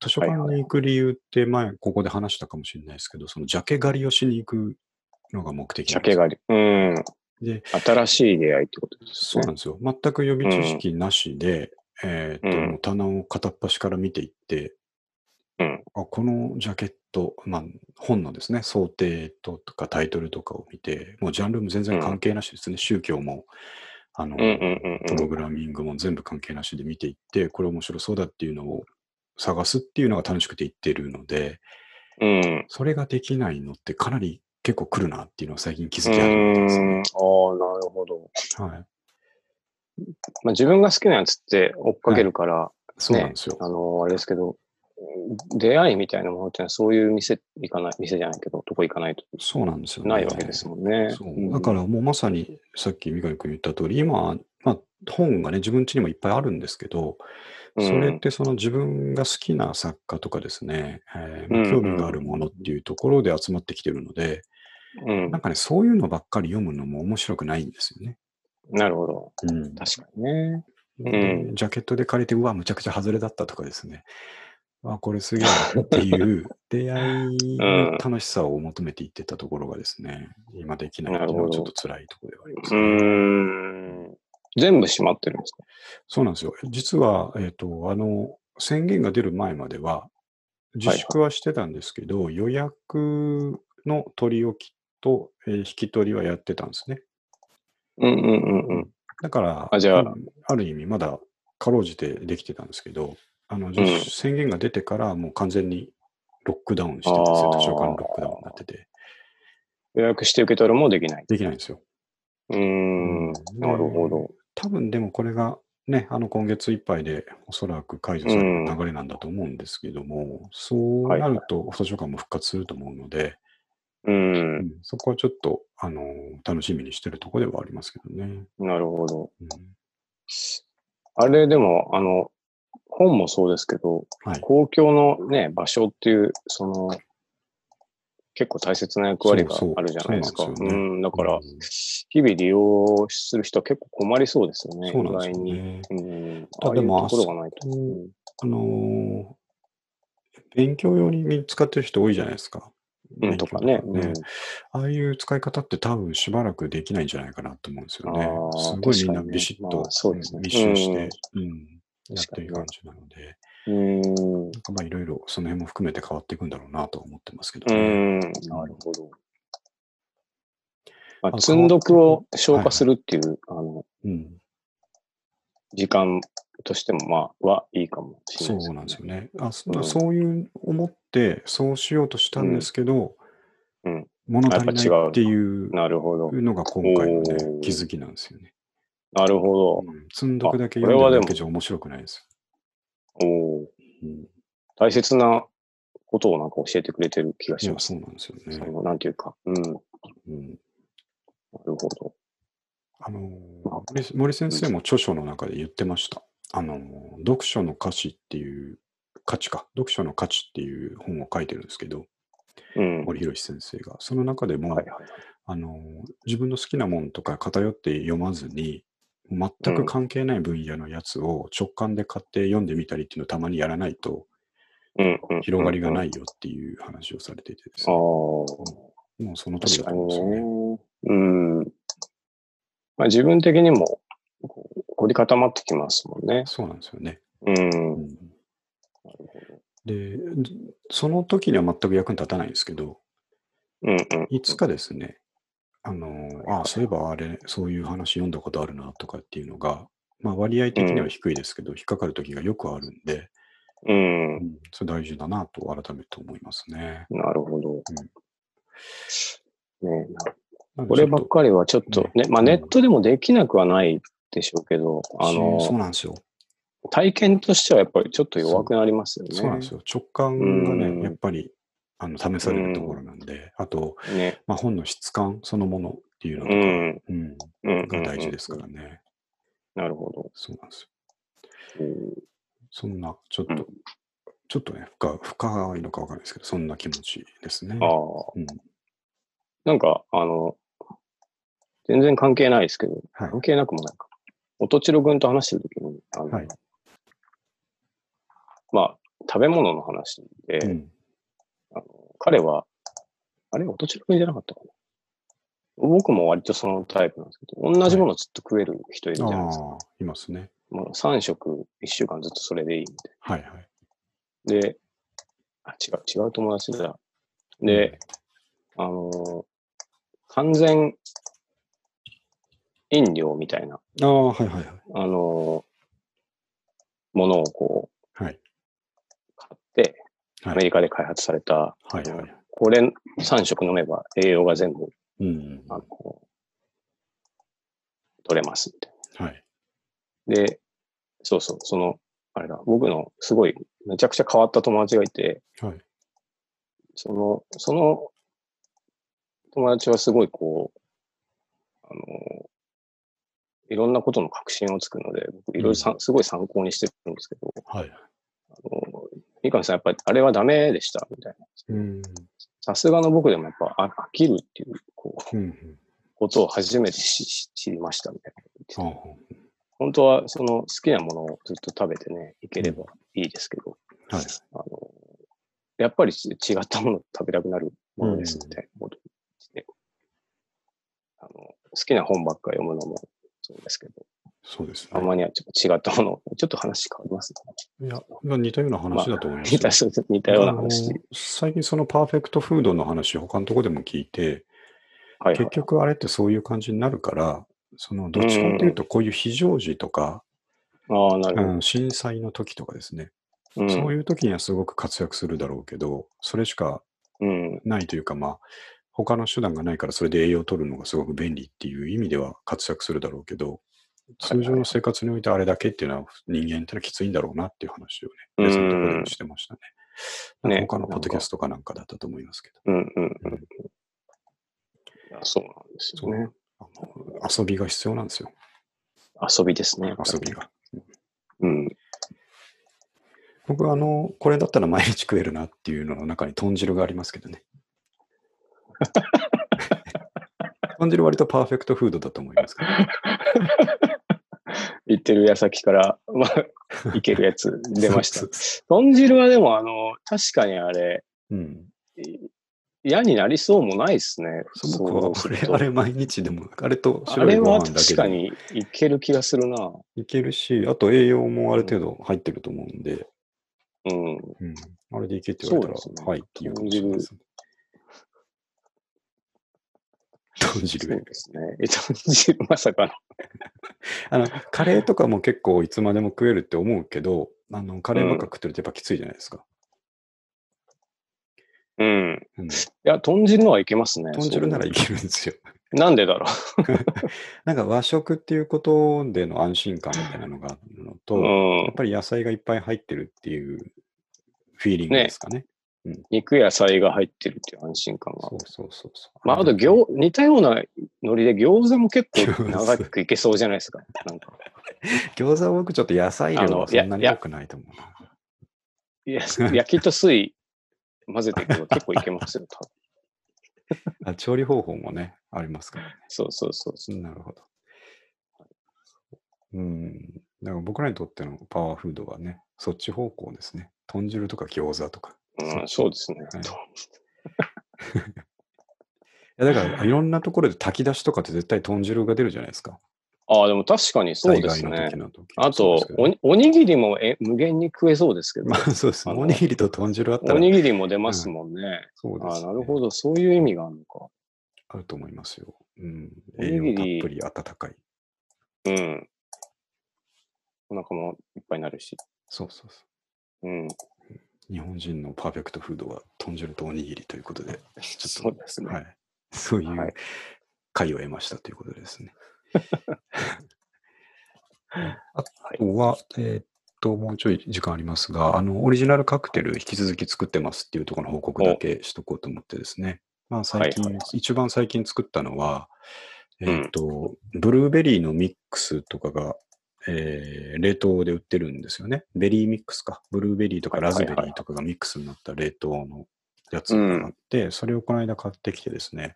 S2: 図書館に行く理由って前、ここで話したかもしれないですけど、そのジャケ狩りをしに行くのが目的なんで
S1: 鮭
S2: す。
S1: がり。うん。
S2: で
S1: 新しい出会いってことです
S2: そう
S1: ね。
S2: なんですよ。全く予備知識なしで、えーっと、
S1: うん
S2: もう棚を片っ端から見ていって、
S1: うん
S2: あこのジャケット、まあ、本のですね、想定ととかタイトルとかを見て、もうジャンルも全然関係なしですね、宗教も、あの、
S1: うんうん
S2: プ
S1: うん
S2: ロ
S1: うん。
S2: グラミングも全部関係なしで見ていって、これ面白そうだっていうのを探すっていうのが楽しくて行ってるので、
S1: うん。
S2: それができないのってかなり結構来るなっていうのを最近気づ
S1: う
S2: き始めてます
S1: ん。ああ、な
S2: ね
S1: る。ほど。
S2: はい。
S1: まあ、自分が好きなやつって追っかけるから、
S2: そうなんですよ。
S1: あの、あれですけど、出会いみたいなものってのはそういう店行かない、店じゃないけど、とこ行かないと
S2: そうなんですよね。
S1: ないわけですもんね。
S2: そううんだからもうまさにさっき三上君言った通り、今、まあ、本がね、自分家にもいっぱいあるんですけど、
S1: うん
S2: それってその自分が好きな作家とかですね、えーまあ
S1: うん
S2: 興味があるものっていうところで集まってきてるので、
S1: うん
S2: なんかね、そういうのばっかり読むのも面白くないんですよね。
S1: なるほど。
S2: うん
S1: 確かにね。
S2: でジャケットで借りて、うわ、むちゃくちゃ外れだったとかですね。あ、これすげえなっていう 出会いの楽しさを求めていってたところがですね、今できないっていうのはちょっと辛いところではあります
S1: う
S2: ね、
S1: ん。全部閉まってるんですか
S2: そうなんですよ。実は、えっ、と、あの、宣言が出る前までは、自粛はしてたんですけど、予約の取り置きと、えー引き取りはやってたんですね。
S1: うんうんうんうん。
S2: だから、
S1: あじゃあ
S2: うんある意味まだかろうじてできてたんですけど、あの、
S1: ん
S2: 宣言が出てからもう完全にロックダウンしてたんですよ。
S1: あー
S2: 図書館のロックダウンになってて。
S1: 予約して受け取るもできない。
S2: できないんですよ。
S1: うーん。なるほど。
S2: 多分でもこれがね、あの今月いっぱいでおそらく解除される流れなんだと思うんですけども、そうなると図書館も復活すると思うので、
S1: うん。
S2: うんそこはちょっと、あの楽しみにしてるところではありますけどね。
S1: なるほど。
S2: うん
S1: あれでも、あの、本もそうですけど、
S2: はい
S1: 公共のね、場所っていう、その、結構大切な役割が
S2: そうそう
S1: あるじゃないですか。
S2: そう
S1: う
S2: なんですよね
S1: ん、だから、
S2: うん
S1: 日々利用する人は結構困りそうですよね、
S2: そうなんですよ
S1: 意外に。
S2: ね。
S1: うん、
S2: た
S1: あ
S2: だで
S1: あいうと
S2: も
S1: ころがないと。
S2: あそこ
S1: うん
S2: あのー勉強用に使ってる人多いじゃないですか。
S1: うん、とかね。
S2: 勉強とかああいう使い方って多分しばらくできないんじゃないかなと思うんですよね
S1: あー。
S2: すごいみん
S1: 確
S2: な
S1: かにね
S2: ビシッ
S1: ま
S2: と
S1: あそうですね
S2: 密集して、うん、
S1: うん
S2: やってる感じなので、
S1: うん。うん。
S2: なんかまあいろいろその辺も含めて変わっていくんだろうなとは思ってますけど
S1: う
S2: ね。
S1: ん、なるほど。ま
S2: あ
S1: あ、積んどくを消化するっていう、あの、
S2: うん、
S1: 時間としても、まあ、はいいかもしれ
S2: そう
S1: ないです、
S2: なんですよ。ね。あそ
S1: うん
S2: そういう思って、そうしようとしたんですけど、
S1: うんうん
S2: 物足りないっていう
S1: なるほど。
S2: のが今回の、ね
S1: おー、
S2: 気づきなんですよね。
S1: なるほ
S2: うん、積んどくだけ
S1: あこれ
S2: 読ん
S1: は
S2: でる
S1: でも
S2: だけじゃ面白くないです
S1: ど。おー
S2: よ。うん
S1: 大切なことをなんか教えてくれてる気が
S2: い
S1: し
S2: や、
S1: ます。
S2: そうなんですよ
S1: そ
S2: ね。
S1: のなんていうか。うん。なる
S2: うん、
S1: ほど。
S2: あのー森森先生も著書の中で言ってました。あのー読書の価値っていう、価値か、読書の価値っていう本を書いてるんですけど、
S1: うん。はい
S2: 森博先生が。その中でも、
S1: はい。
S2: あのー自分の好きなもんとか偏って読まずに、全く関係ない分野のやつを直感で買って読んでみたりっていうのをたまにやらないと
S1: うん、うん。。
S2: 広がりがないいよっていう話をされていてです
S1: あ
S2: ね、。
S1: あ
S2: もうその通り
S1: 確
S2: だ
S1: か
S2: と思うんですよ
S1: に
S2: ね。
S1: ね。うん。まあ、自分的にも、こう凝り固まってきますもんね。
S2: そうなんですよね。
S1: うん。
S2: うん
S1: なるほど。
S2: で、ずその時には全く役に立たないんですけど、
S1: うんうん。
S2: いつかですね、あの、あそういえばあれ、そういう話読んだことあるなとかっていうのが、まあ割合的には低いですけど、引っかかる時がよくあるんで、
S1: うん。
S2: それ大事だなと改めて思いますね。
S1: なるほど。ね、
S2: なん
S1: こ
S2: でちょ
S1: れ
S2: っ
S1: ば
S2: と
S1: っかりはちょっとね、まあ
S2: うん
S1: ネットでもできなくはないでしょうけど、あ
S2: そう
S1: の、
S2: なんですよ。
S1: 体験としてはやっぱりちょっと弱くなりますよね。
S2: そうなんですよ。直感が
S1: うん
S2: ね、やっぱり、あの、試されるところなんで、あと、
S1: ね。
S2: まあ、本の質感そのものっていうの
S1: う
S2: とか
S1: ん。
S2: うん、
S1: うんうん
S2: が大事ですからね。
S1: なるほ
S2: そうなんですよ。
S1: ど。うん
S2: そんな、ちょっと、
S1: うん
S2: ちょっとね、深深いのかわかんないですけど、そんな気持ちですね。
S1: ああ。
S2: うん、
S1: なんか、あの、全然関係ないですけど、
S2: はい
S1: 関係なくもないか。音千代君と話してるときに、あの、
S2: はい
S1: まあ、食べ物の話で、
S2: うん
S1: 彼は、あれ音千代君じゃなかったかな僕も割とそのタイプなんですけど、同じものずっと食える人いるじゃないですか。
S2: ああ、いますね。
S1: もう3食1週間ずっとそれでいいみた
S2: はいはい。
S1: いな。で、あ、違う、違う友達だ。で、あの、完全飲料みたいな、
S2: ああ、はいはいはい。
S1: あの、ものをこう、
S2: はい。
S1: 買って、
S2: はい
S1: アメリカで開発された、
S2: はいはいはい。
S1: これ3食飲めば栄養が全部、
S2: うん。
S1: あ
S2: は
S1: の、取れますみたい
S2: い。
S1: な。で、そうそう、その、あれだ、僕のすごい、めちゃくちゃ変わった友達がいて、
S2: はい。
S1: その、その友達はすごいこう、あの、いろんなことの確信をつくので、僕いろいろさんすごい参考にしてるんですけど、
S2: はい。
S1: あの三上さんやっぱりあれはダメでした、みたいな。
S2: うん。
S1: さすがの僕でもやっぱあ飽きるっていうこう
S2: うんうん。
S1: ことを初めてしし知りました、みたいなこと言って
S2: あ
S1: て。
S2: あ
S1: 本当はその好きなものをずっと食べてね、いければいいですけど、
S2: はい。
S1: あの、やっぱりち違ったものを食べたくなるものですみたいなことですね。あの好きな本ばっかり読むのもそうですけど、
S2: そうです
S1: た
S2: ね。
S1: まにはちょっと違ったもの、ちょっと話変わりますね。
S2: いや、似たような話だと思いますよ。
S1: 似たそうです似たような
S2: あ
S1: 話。
S2: の最近そのパーフェクトフードの話、他のとこでも聞いて、
S1: はい、は
S2: 結
S1: い。
S2: 局あれってそういう感じになるから、そのどっちかっていうと、こういう非常時とか、
S1: ああ、なる
S2: うん震災の時とかですね、
S1: ほど。うん、
S2: そう
S1: う
S2: いう時にはすごく活躍するだろうけど、それしか
S1: ん、
S2: ないというか、まあ、他の手段がないから、それで栄養を取るのがすごく便利っていう意味では活躍するだろうけど、
S1: はい
S2: 通常の生活においてあれだけっていうのは人間ってのはきついんだろうなっていう話をね、
S1: うん
S2: 別のところでもしてましたね。なん
S1: ね
S2: か他のポッドキャストかなんかだったと思いますけど。
S1: うん、うん、うん。いやそうなんです
S2: そ
S1: よ
S2: う
S1: ね。
S2: あの遊びが必要なんですよ。
S1: 遊びですね。やっぱり
S2: 遊びが。
S1: うん。
S2: 僕はあの、これだったら毎日食えるなっていうのの中に豚汁がありますけど ね。豚汁割とパーフェクトフードだと思いますけど。
S1: 行ってる矢 先から、まあ、行けるやつ出まし
S2: そ
S1: た
S2: う。そ
S1: 豚汁はでも、あの、確かにあれ、
S2: ううん。
S1: い嫌になりそうもないですね。
S2: そう
S1: 想
S2: 僕は
S1: 像す
S2: あ
S1: る
S2: れ、
S1: と
S2: あれ毎日でも、あれと
S1: あ
S2: 白い
S1: れ
S2: ご
S1: は
S2: 飯だ
S1: 確
S2: け
S1: か
S2: でも
S1: にいける気がするな。
S2: いけるし、あと栄養もある程度入ってると思うんで、
S1: うん。
S2: うん。あれでいけって言われ
S1: そう
S2: た
S1: です
S2: ら、
S1: ね
S2: はいっていうかもしれないですね。豚
S1: そう
S2: 汁。
S1: ですね。え、豚汁、 まさかの。
S2: あの、カレーとかも結構いつまでも食えるって思うけど、あの、カレーばっか食ってるとやっぱきついじゃないですか。
S1: うん。
S2: うん、
S1: いや、豚汁のはいけますね。
S2: 豚汁なら
S1: そ
S2: いけるんですよ。
S1: うなんでだろ
S2: なんか和食っていうことでの安心感みたいなのがあるの
S1: う。
S2: と、や
S1: う
S2: っ
S1: ん。
S2: ぱり野菜がいっぱい入ってるっていうフィーリング
S1: ね
S2: ですかね。
S1: 肉野菜が入ってるっていう安心感が
S2: そ。うそうそうそう。
S1: まあ、あと、
S2: 子
S1: 餃、似たようなノリで餃子も結構長くいけそうじゃないですか。なんか。
S2: 餃子は僕ちょっと野菜量はそんなに
S1: あのいや
S2: 多くないと思うな。
S1: いや、焼きと水混ぜていけば結構いけますよ、多 分。
S2: あ調理方法もね、ありますからね。
S1: そうそうそうそう。
S2: なるほど。うん。だから僕らにとってのパワーフードはね、そっち方向ですね。豚汁とか餃子とか。
S1: うん、そうですね。
S2: いいやだからいろんなところで炊き出しとかって絶対豚汁が出るじゃないですか。
S1: ああ、でも確かにそうです
S2: 災害の
S1: ね
S2: 時。の時
S1: あ
S2: そうです
S1: と
S2: け、ど
S1: おにおにぎりもえ無限に食えそうですけど、
S2: まあそうです。
S1: あの
S2: おにぎりと豚汁あった
S1: お
S2: ら、
S1: にぎりも出ますもんね。
S2: そうで
S1: ああ、
S2: す、
S1: なるほ。ど。そういう意味があるのか。
S2: あると思いますよ。うん。
S1: お
S2: 栄
S1: にぎり
S2: 養たっぷり、温かい。
S1: うん。お腹もいっぱいになるし。
S2: そうそうそ
S1: うん。
S2: う。日本人のパーフェクトフードは豚汁とおにぎりということで、ち
S1: そ
S2: ょっ
S1: うです
S2: と、
S1: ね。
S2: はい。そうい
S1: は
S2: う
S1: い
S2: 回を得ましたということですね。
S1: はい
S2: ここは、えーっともうちょい時間ありますが、あの、オリジナルカクテル引き続き作ってますっていうところの報告だけしとこうと思ってですね。まあ最近、
S1: はいはいは
S2: 一番最近作ったのは、え
S1: ん
S2: ーっ、と、ブルーベリーのミックスとかが、えー冷凍で売ってるんですよね。ベリーミックスか。ブルーベリーとか
S1: はいは
S2: ラズ
S1: いはい
S2: ベリーとかがミックスになった冷凍のやつがあって、それをこの間買ってきてですね、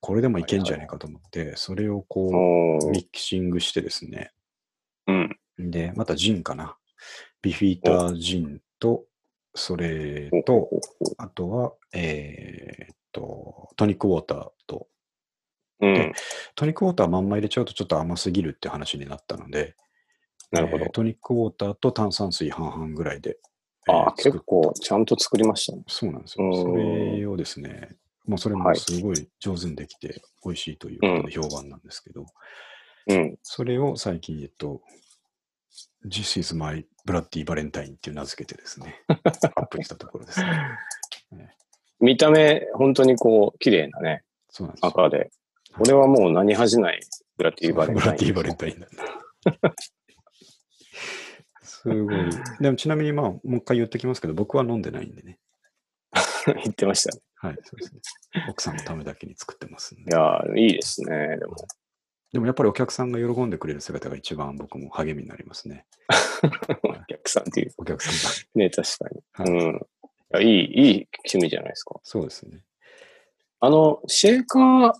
S2: これでもいけんじゃないかと思って、それをこ
S1: お
S2: う、
S1: ー
S2: ミキシングしてですね、
S1: うん。
S2: で、またジンかな。ビフィータージンと、それと、あとは、えーっと、トニックウォーターと、
S1: うん。
S2: トニックウォーターまんま入れちゃうとちょっと甘すぎるって話になったので、
S1: なるほど
S2: えー。トニックウォーターと炭酸水半々ぐらいで、えー
S1: ああ、
S2: 作っ
S1: 結構ちゃんと作りましたね。
S2: そうなんですよ
S1: う。ん
S2: それをですね、もうそれも
S1: はい
S2: すごい上手にできて、美味しいということで評判なんですけど、
S1: うん。
S2: それを最近、えっと、This is my bloody valentine っていう名付けてですね、アップしたところですね。
S1: 見た目、本当にこう、綺麗なね、
S2: そうなんですよ。
S1: 赤で。これはもう何恥じないブラティーバレン
S2: ブ
S1: タイン
S2: ラッディバレンタインだな。すごい。でもちなみにまあ、もう一回言っときますけど、僕は飲んでないんでね。
S1: 言ってましたね。
S2: はい、そうですね。奥さんのためだけに作ってますん
S1: い
S2: で。
S1: やー、いいですね。でも、
S2: でもやっぱりお客さんが喜んでくれる姿が一番僕も励みになりますね。
S1: お客さんっていう。
S2: お客さんが。
S1: ね、確か
S2: はい
S1: に。うん。いやいい、いい趣味じゃないですか。
S2: そうですね。
S1: あの、シェーカー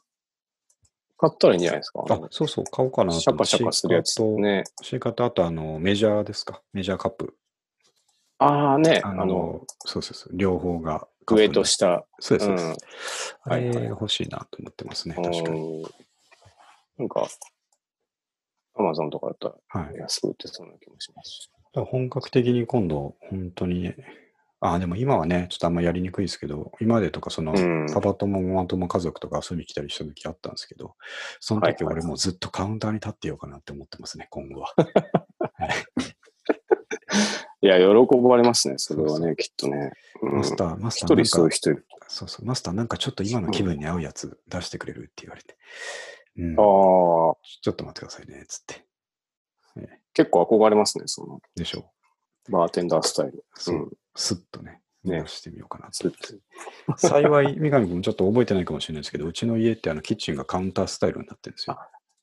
S1: 買ったらいいんじゃないですか。
S2: あ、そうそう、買おうかなと
S1: シャカシャカするやつ
S2: シェイカーと
S1: ね。
S2: シェイカーと、あとあの、メジャーですか。メジャーカップ。
S1: ああね、
S2: あ
S1: あ
S2: の、
S1: の、
S2: そうそうそう、両方がカップに。
S1: 上と下。
S2: そうです、
S1: う
S2: そ
S1: ん
S2: うです。あ
S1: はい
S2: れ
S1: はい
S2: 欲しいなと思ってますね、
S1: う
S2: 確かに。
S1: んなんか、アマゾンとかだった
S2: はい
S1: ら。安く売ってそうな気もしますし。
S2: だから本格的に今度、本当に、あ、でも今はね、ちょっとあんまやりにくいですけど、今までとか、その、
S1: うん
S2: パパ友、ママ友家族とか遊びに来たりした時あったんですけど、その
S1: はい
S2: 時
S1: はい
S2: 俺もうずっとカウンターに立ってようかなって思ってますね、今 後は。
S1: いや、喜ばれますね、それは
S2: そう
S1: ね、きっとね。うん
S2: マスター、マスタ
S1: 一
S2: ー、な
S1: 人
S2: ん
S1: そういう
S2: か、
S1: 人いる。
S2: そうそう、マスター、なんかちょっと今の気分に合うやつ出してくれるって言われて、うん、ち
S1: あ
S2: ょ
S1: あ、
S2: っと待ってくださいね、つって。
S1: 結構憧れますね、その、
S2: でしょ
S1: バーテンダースタイル。
S2: う。そうう、
S1: ん。
S2: スッとね、
S1: ね
S2: 出してみようかなと
S1: ずっと
S2: 幸い、三上君ちょっと覚えてないかもしれないですけど、うちの家ってあのキッチンがカウンタースタイルになってるんですよ。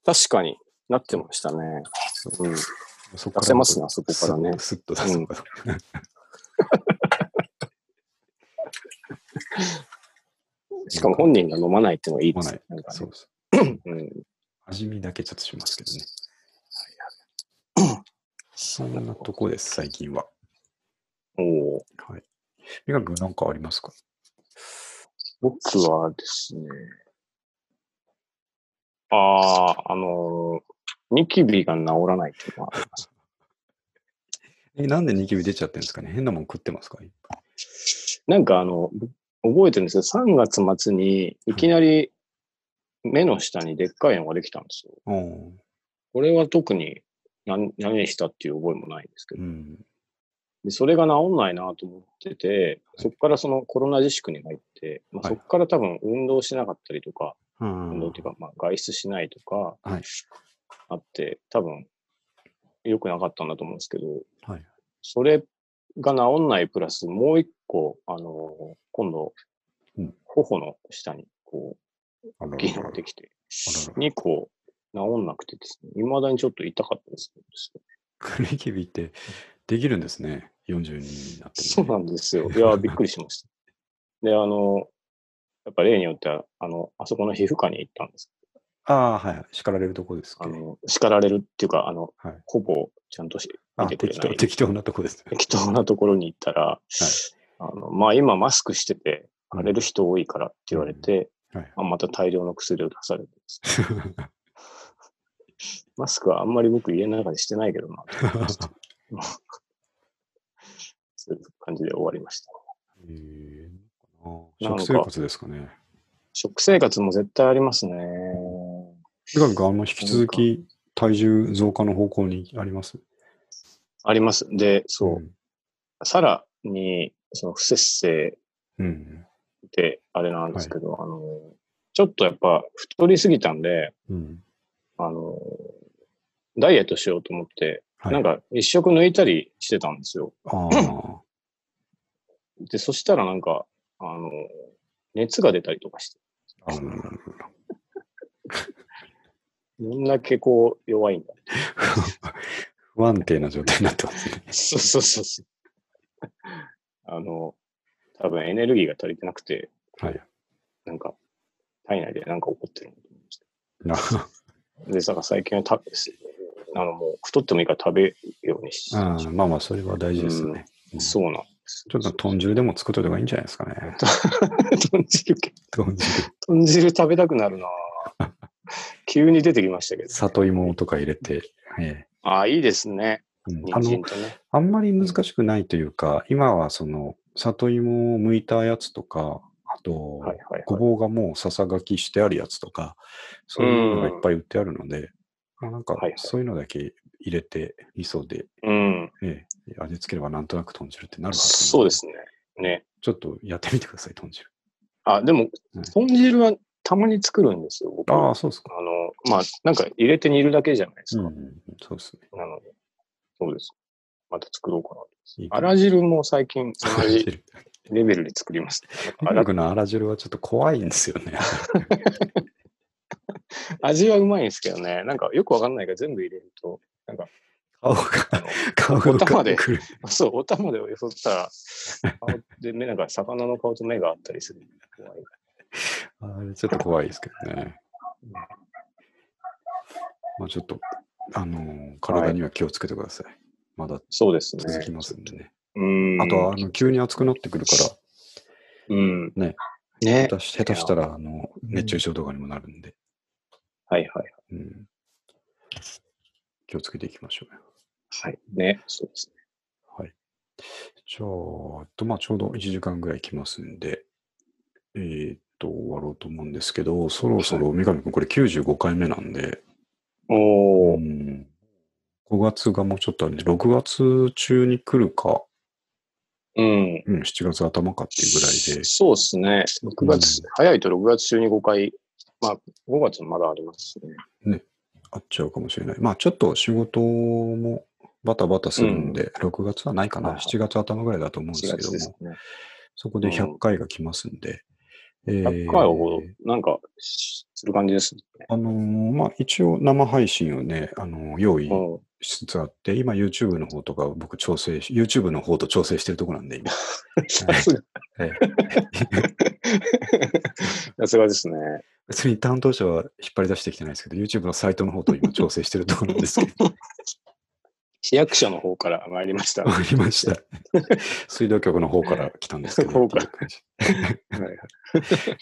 S1: 確かになってましたね。
S2: そう
S1: うん。
S2: そこ
S1: 出せますね、あそこからね。
S2: スッと出すのかと。
S1: しかも本人が飲まないっていうのがいいですね。なんか
S2: そうそう。
S1: ねうん
S2: 味見だけちょっとしますけどね。そんなとこです、最近は。
S1: おー
S2: はい。三上君なんかありますか
S1: 僕はですね、ああ、あのーニキビが治らないっていうのはあります。
S2: えなんでニキビ出ちゃってるんですかね変なもん食ってますか
S1: なんかあの、覚えてるんですけど、3月末にいきなり目の下にでっかいのができたんですよ。
S2: おお
S1: これは特に何何したっていう覚えもないんですけ
S2: ー。
S1: ど
S2: う、ん。
S1: でそれが治んないなと思ってて、そこからそのコロナ自粛に入って、まあ、
S2: はい
S1: そこから多分運動しなかったりとか、
S2: うん
S1: 運動っていうか、まあ、外出しないとか、
S2: はい
S1: あって、多分、良くなかったんだと思うんですけど、
S2: はい
S1: それが治んないプラス、もう一個、あの、今度
S2: うん、
S1: 頬の下に、こ
S2: あら
S1: う、
S2: ら
S1: 銀ができて、
S2: あらら
S1: 2個治んなくてですね、未だにちょっと痛かったです、ね。
S2: ニキビってできるんですね。42になってもね
S1: そうなんですよ。いや、びっくりしました。で、あの、やっぱ例によっては、あの、あそこの皮膚科に行ったんです
S2: ああ、はい。叱られるとこです
S1: あ
S2: か
S1: の、叱られるっていうか、あの、
S2: はい
S1: ほぼちゃんとし
S2: あ、
S1: 見てくれ
S2: 適
S1: な
S2: 当、
S1: い。
S2: 適当なとこですね。
S1: 適当なところに行ったら、あのまあ、今マスクしてて、
S2: うん
S1: 荒れる人多いからって言われて、
S2: うん はい
S1: まあまた大量の薬を出されてます、
S2: は
S1: マスクはあんまり僕家の中でしてないけど な、と思いましたそういう感じで終わりました。
S2: い。え
S1: な
S2: ー、食
S1: のか
S2: 生活ですかね。
S1: 食生活も絶対ありますね。
S2: 三上君、あんま引き続き体重増加の方向にあります
S1: あります。で、そう、
S2: ん。
S1: さらに、その不節制
S2: うん。
S1: ってあれなんですけど、あの、ちょっとやっぱ太りすぎたんで、
S2: うん。
S1: あの、ダイエットしようと思って、
S2: はい
S1: なんか一色抜いたりしてたんですよ。
S2: ああ。
S1: で、そしたらなんか、あの、熱が出たりとかして、
S2: あの
S1: どんだけこう弱いんだ。
S2: 不安定な状態になってますね。
S1: そうそうそうそう。あの、多分エネルギーが足りてなくて、
S2: はい。
S1: なんか、体内でなんか起こってるんだと思いまし
S2: な
S1: た。で、だから最近はたあの、もう太ってもいいから食べるようにし、
S2: あーまあまあ、それは大事ですよね。
S1: そうなんです。
S2: ちょっと豚汁でも作っといた方がいいんじゃないですかね。
S1: 豚汁、
S2: 豚汁。
S1: 豚汁食べたく なるなぁ急に出てきましたけど。
S2: 里芋とか入れて。ええ
S1: ああ、いいですね。
S2: うん、あ
S1: 人
S2: の
S1: 参とね。
S2: あんまり難しくないというか、今はその、里芋を剥いたやつとか、あと、
S1: はいはい
S2: ご
S1: はい。
S2: ぼうがもうささがきしてあるやつとか、そういうのがいっぱい売ってあるので、まあ、なんか
S1: はいはい
S2: そういうのだけ入れて、磯で、
S1: うん。
S2: ええ、味付ければなんとなく豚汁ってなるはず。
S1: そうですすね。ね。
S2: ちょっとやってみてください、豚汁。
S1: あ、でも
S2: うん、
S1: 豚汁はたまに作るんですよ、僕。
S2: あ
S1: あ
S2: あ、そうですか。
S1: の、まあ、なんか入れて煮るだけじゃないです
S2: う
S1: か。
S2: ん、そうですね。
S1: なので、そうです。また作ろうかな。
S2: いい
S1: あら汁も最近
S2: あ
S1: 同
S2: ら
S1: じ
S2: 汁。
S1: レベルで作 ります。あら
S2: 僕のあら汁はちょっと怖いんですよね。
S1: 味はうまいんですけどね。なんかよくわかんないから全部入れると、なんか、
S2: 顔が、顔が浮かんでくる。
S1: そう、お玉でよそったら、顔で目、なんか魚の顔と目があったりする。怖い
S2: あれちょっと怖いですけどね。まあちょっと、あのー体には気をつけてください。まだ
S1: そうですね。
S2: 続きますんでね。
S1: うん。
S2: あとは、あの、急に暑くなってくるから、
S1: うん。
S2: ね。
S1: ね。
S2: 下手し下手したら、あの、熱中症とかにもなるんで、
S1: はいはい。
S2: うん。気をつけていきましょうよ。
S1: はい。ね。そうですね。
S2: はい。じゃあ、えっとまあ、ちょうど1時間ぐらい来ますんで、えーっと、終わろうと思うんですけど、そろそろ、三上君、これ95回目なんで、
S1: お
S2: う
S1: ー。
S2: ん、5月がもうちょっとあるんで、6月中に来るか、
S1: うん。
S2: うん、7月頭かっていうぐらいで、
S1: そうですね。6月、
S2: うん
S1: 早いと6月中に5回、まあ、5月もまだありますね。
S2: あっちゃうかもしれない。まあ、ちょっと仕事もバタバタするんで、6月はないかな、
S1: はいはい
S2: 7月頭ぐらいだと思うんです
S1: 4
S2: けど
S1: 月です
S2: も、
S1: ね。
S2: そこで100回が来ますんで、えー
S1: 100回ほど、なんか、しする感じですね。
S2: あのーまあ、一応生配信をね、あのー用意
S1: うん。
S2: しつつあって、今 YouTube の方とかを僕調整し、YouTube の方と調整してるとこなんで、今。
S1: さすが、
S2: ええ
S1: さすがですね。
S2: 別に担当者は引っ張り出してきてないですけど、YouTube のサイトの方と今調整してるところなんですけ ど、
S1: 市役所の方から参り ました。
S2: わかりました。水道局の方から来たんですけど、
S1: 方から
S2: っていう感じ
S1: はいはい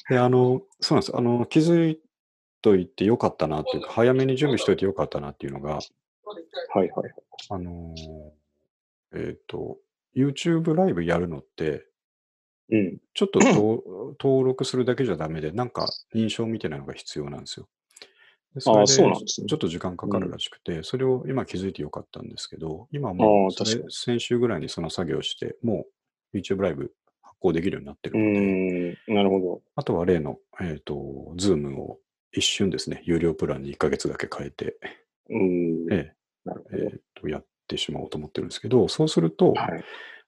S2: で、あの、そうなんです。あの、気づいといてよかったなっていうか、早めに準備しといてよかったなっていうのが、
S1: はいはい。
S2: あのー、えっ、と、YouTube ライブやるのって、
S1: うん。
S2: ちょっとと 登録するだけじゃダメで、なんか認証みたいなのが必要なんですよ。でそ
S1: あ
S2: れ
S1: あ、
S2: で
S1: そうなんですね
S2: ちょ。っと時間かかるらしくて、それを今気づいてよかったんですけど、今もう
S1: ああ
S2: それ
S1: 確か
S2: 先週ぐらいにその作業をして、もう YouTube ライブ発行できるようになって
S1: う
S2: るので、
S1: ん。なるほ
S2: あとは例の、えっ、と、Zoom を一瞬ですね、有料プランに1ヶ月だけ変えて、
S1: ど。うん。
S2: ええ
S1: なる
S2: えーとやってしまおうと思ってるんですけど、そうすると、
S1: ほど。はい。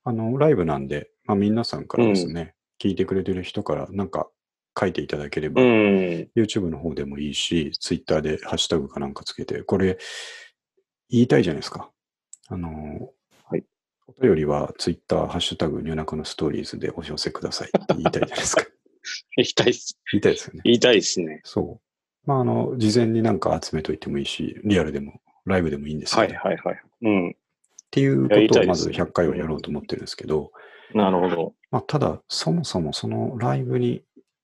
S2: あの、ライブなんで、まあ、皆さんからですね、聞いてくれてる人からなんか書いていただければ、
S1: うん。
S2: YouTube の方でもいいし、Twitter でハッシュタグかなんかつけて、これ、言いたいじゃないですか。あのー、
S1: はい
S2: お便りは Twitter、ハッシュタグ、夜中のストーリーズでお寄せくださいって言いたいじゃないです か。
S1: 言いたいっす。
S2: 言いたいですよね。
S1: 言いたいですね。
S2: そう。まあ、あの、事前になんか集めといてもいいし、リアルでも、ライブでもいいんですよ、
S1: は
S2: ね
S1: いはいはい。うん。
S2: っていう
S1: やり
S2: こと
S1: た
S2: を
S1: いで
S2: ますず100回はやろうと思ってるんですけど、
S1: なるほど。
S2: まあ、ただ、そもそもそのライブに、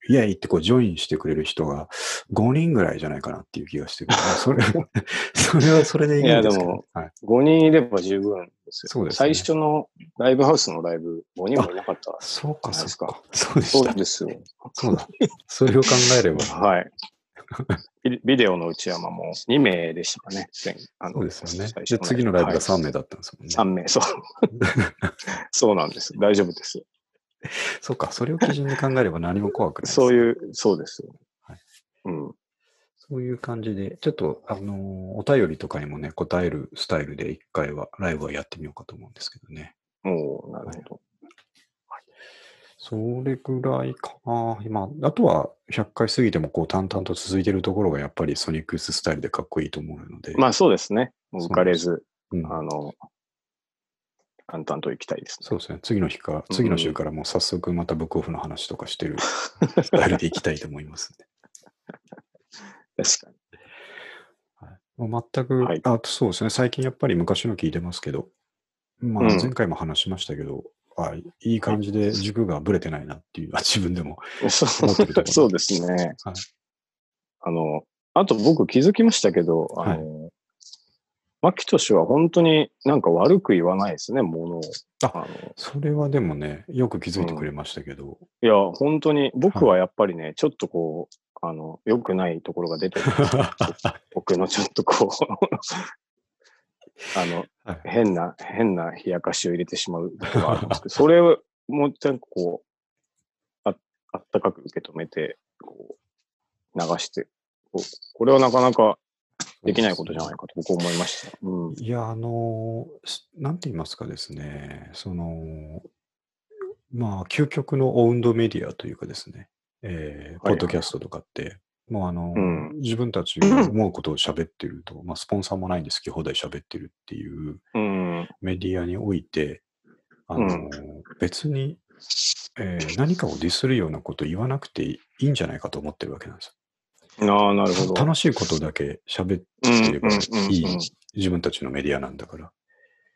S2: イエイってこうジョインしてくれる人が5人ぐらいじゃないかなっていう気がしてる。そ れそれはそれでいいんですけど
S1: いやでも。
S2: はい、
S1: 5人いれば十分ですよ。
S2: そうですね
S1: 最初のライブハウスのライブ、5人もいなかった。
S2: そうか、
S1: ない
S2: そ
S1: で
S2: う
S1: すか
S2: か。そうで
S1: そ
S2: し
S1: う
S2: た。
S1: ですよ。
S2: そうだ。それを考え れば。
S1: はい。ビビデオの内山も2名でしたかね。前あ
S2: そうですよね。で、次のライブが3名だったんですもんね。
S1: 3名、 そう。そうなんです。大丈夫ですよ。
S2: そうか、それを基準に考えれば何も怖くないです。
S1: そう
S2: う。
S1: いう、そうですよ。
S2: はい
S1: うん。
S2: そういう感じで、ちょっと、あのーお便りとかにもね、答えるスタイルで一回は、ライブはやってみようかと思うんですけどね。
S1: もう、なるほど。
S2: それぐらいかな。今、あとは100回過ぎてもこう淡々と続いてるところがやっぱりソニックススタイルでかっこいいと思うので。
S1: まあそうですね。もう浮かれず、
S2: うん
S1: あの、淡々と行きたいですね。
S2: そうですね。次の日か、次の週からもう早速またブックオフの話とかしてるスタイルでいきたいと思います ね、
S1: 確かに。
S2: はいもう全く、
S1: はい
S2: あとそうですね。最近やっぱり昔の聞いてますけど、まあ
S1: うん
S2: 前回も話しましたけど、あいい感じで軸がぶれてないなっていう、あ自分で も。 思ってるところ
S1: そうそうですね。
S2: はい
S1: あの、あと僕気づきましたけど、あの、マキトシは本当になんか悪く言わないですね、ものを。
S2: あ
S1: の
S2: それはでもね、よく気づいてくれましたけど、
S1: いや、本当に、僕はやっぱりね、ちょっとこう、あの、良くないところ が出てる。僕のちょっとこう、 あの、
S2: はい
S1: 変な、変な冷やかしを入れてしまうとこがある んですけど、それをもうちゃんとこう、ああったかく受け止めて、こう、流して、こうこれはなかなかできないことじゃないかと僕思いました。うん。
S2: いや、あの、しなんて言いますかですね、その、まあ、究極のオウンドメディアというかですね、えー
S1: は
S2: ポッ
S1: い
S2: ドキャストとかって、もうあの、
S1: うん
S2: 自分た ちが思うことを喋ってると、まあ、スポンサーもないんで好き放題喋ってるっていう
S1: うん。
S2: メディアにおいて、あの、
S1: うん
S2: 別に、えー何かをディスるようなこと言わなくていいんじゃないかと思ってるわけなんですよ。
S1: ああ、なるほど。
S2: 楽しいことだけ喋っ
S1: うんうん
S2: てればいい
S1: うんうん
S2: 自分たちのメディアなんだから。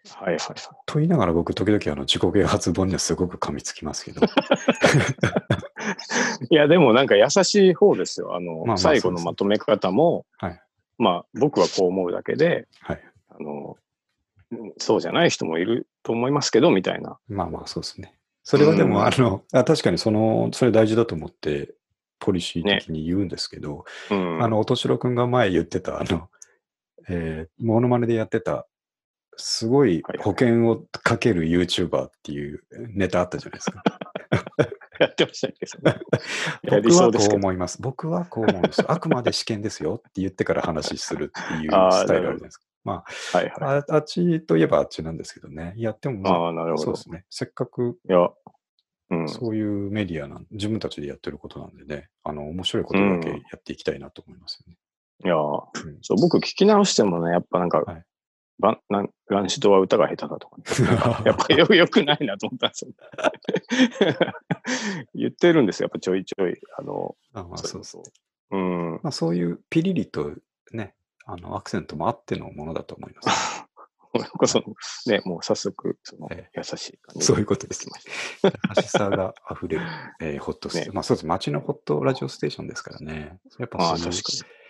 S1: はいはいはい。
S2: と言いながら僕、時々あの自己啓発本にはすごく噛みつき ますけど。
S1: いや、でもなんか優しい方ですよ。あの、
S2: まあまあ
S1: 最後
S2: そうで
S1: の
S2: す
S1: まとめ方も、
S2: はい
S1: まあ僕はこう思うだけで、
S2: はい。
S1: あの、うんそうじゃない人もいると思いますけど、みたいな。
S2: まあまあ、そうですね。それはで
S1: う
S2: も、
S1: ん
S2: あの、あ確かにその、それ大事だと思って、ポリシー的に言うんですけど、
S1: うん。
S2: あの、音白くんが前言ってた、あの、えー、モノマネでやってた、すごい
S1: はいはい
S2: 保険をかける YouTuber っていうネタあったじゃないですか。
S1: やってましたけどね。 や
S2: 僕
S1: りそ
S2: は
S1: うで
S2: こ
S1: す
S2: う
S1: けど。
S2: 思います。僕はこう思うんです。あくまで試験ですよって言ってから話しするっていう
S1: あー
S2: スタイルあるじゃないですか。ま
S1: はいはい。
S2: あ、ああっちといえばあっちなんですけどね。いやっても、まあ、
S1: ああ、なるほ
S2: そう
S1: ど。
S2: ですね。せっかく
S1: いや、うん。
S2: そういうメディアなん、自分たちでやってることなんでね、あの、面白いことだけやっていきたいなと思いますよね。
S1: いや、
S2: うん
S1: そう、僕聞き直してもね、やっぱなんか、
S2: はい
S1: ばんなんランシドは歌が下手 だとか、 やっぱよよくないなと思ったんですよ。 言ってるんですよ、やっぱちょいちょい。あの、
S2: あまあ、そうそう。
S1: う。うん。
S2: まあ、そういうピリリとね、あの、アクセントもあってのものだと思います。
S1: これこそ、ね、もう早速、その
S2: え、
S1: 優しい感じ。
S2: そういうことです
S1: きました。
S2: 優しさが溢れる、えーホットステーション。
S1: ね
S2: まあ、そうです。街のホットラジオステーションですからね。やっぱ
S1: ああ、
S2: そ
S1: 確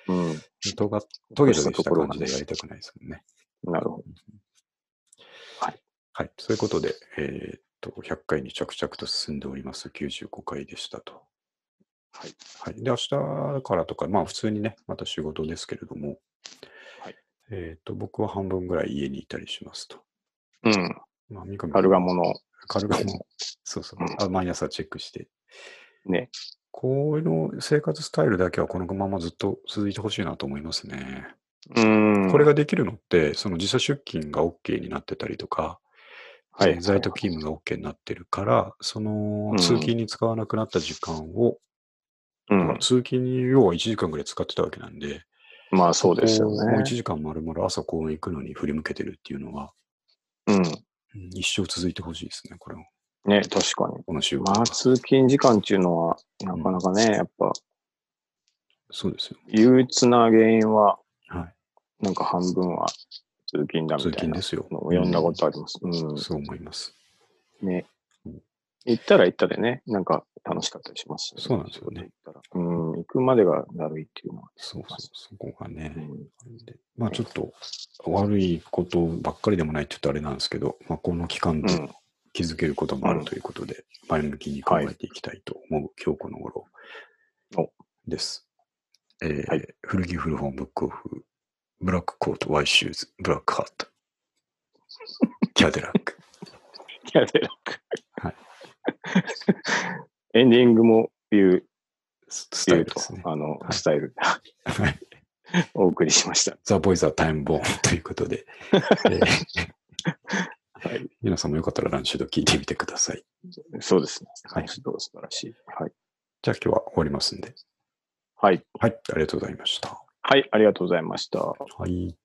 S2: の
S1: かに。う
S2: とが、トゲトゲした感じでやりたくないですもんね。
S1: ん。なるほど。
S2: はい。そういうことで、えーっと、100回に着々と進んでおります。95回でしたと。
S1: はい。
S2: はい。で、明日からとか、まあ、普通にね、また仕事ですけれども、
S1: はい。
S2: えーっと、僕は半分ぐらい家にいたりしますと。
S1: うん。
S2: まあ、三上
S1: カルガモの、
S2: カルガモ。 そうそう
S1: う。
S2: あ毎朝チェックして。
S1: ね。
S2: この生活スタイルだけはこのままずっと続いてほしいなと思いますね。
S1: うん。
S2: これができるのって、その時差出勤が OK になってたりとか、
S1: はい
S2: えー在宅勤務が OK になってるから、その
S1: うん
S2: 通勤に使わなくなった時間を、
S1: うん。
S2: 通勤に要は1時間ぐらい使ってたわけなんで、
S1: まあそうですよ
S2: こうもう1
S1: ね。
S2: 時間丸々朝公園行くのに振り向けてるっていうのは、
S1: うん。
S2: うん一生続いてほしいですね、これを。
S1: ね、確かに。
S2: この週は。
S1: まあ通勤時間っていうのは、なかなかね、やっぱ、
S2: そうですよ。
S1: 憂鬱な原因は、
S2: はい。
S1: なんか半分は通勤だみ
S2: 通
S1: たい
S2: 勤
S1: な
S2: ですよ。
S1: のを読んだことあります。う
S2: うんん。そう思います。
S1: ね
S2: うん。
S1: 行ったら行ったでね、なんか楽しかったりします、
S2: そうなんですよね
S1: 仕事行ったら。うん、行くまでがだるいっていうのは。
S2: そうそう、そこがね。
S1: うん
S2: でまあちょっと悪いことばっかりでもないって言うとあれなんですけど、まあ、この期間
S1: う
S2: で
S1: ん。
S2: 気づけることもあるということで、前向きに考えていきたいと思う、今日この頃
S1: お
S2: です。えー
S1: はい
S2: 古着古本ブックオフ、ブラックコート、ワイシューズ、ブラックハット、キャデラック。
S1: キャデラック。
S2: はい
S1: エンディングも言う、
S2: ススタ
S1: 言
S2: イ
S1: う
S2: ルで
S1: と
S2: すね、。
S1: あの、
S2: はい
S1: スタイル。
S2: はい
S1: お送りしました。
S2: ザ・ボイザー・タイム・ボーンということで、えー
S1: はい。
S2: 皆さんもよかったらランシュド聞いてみてください。
S1: そうですね。
S2: は
S1: はいい。素晴らしい。はい。
S2: じゃあ今日は終わりますんで。
S1: はい。
S2: はい、ありがとうございました。
S1: はい。ありがとうございました。
S2: はい。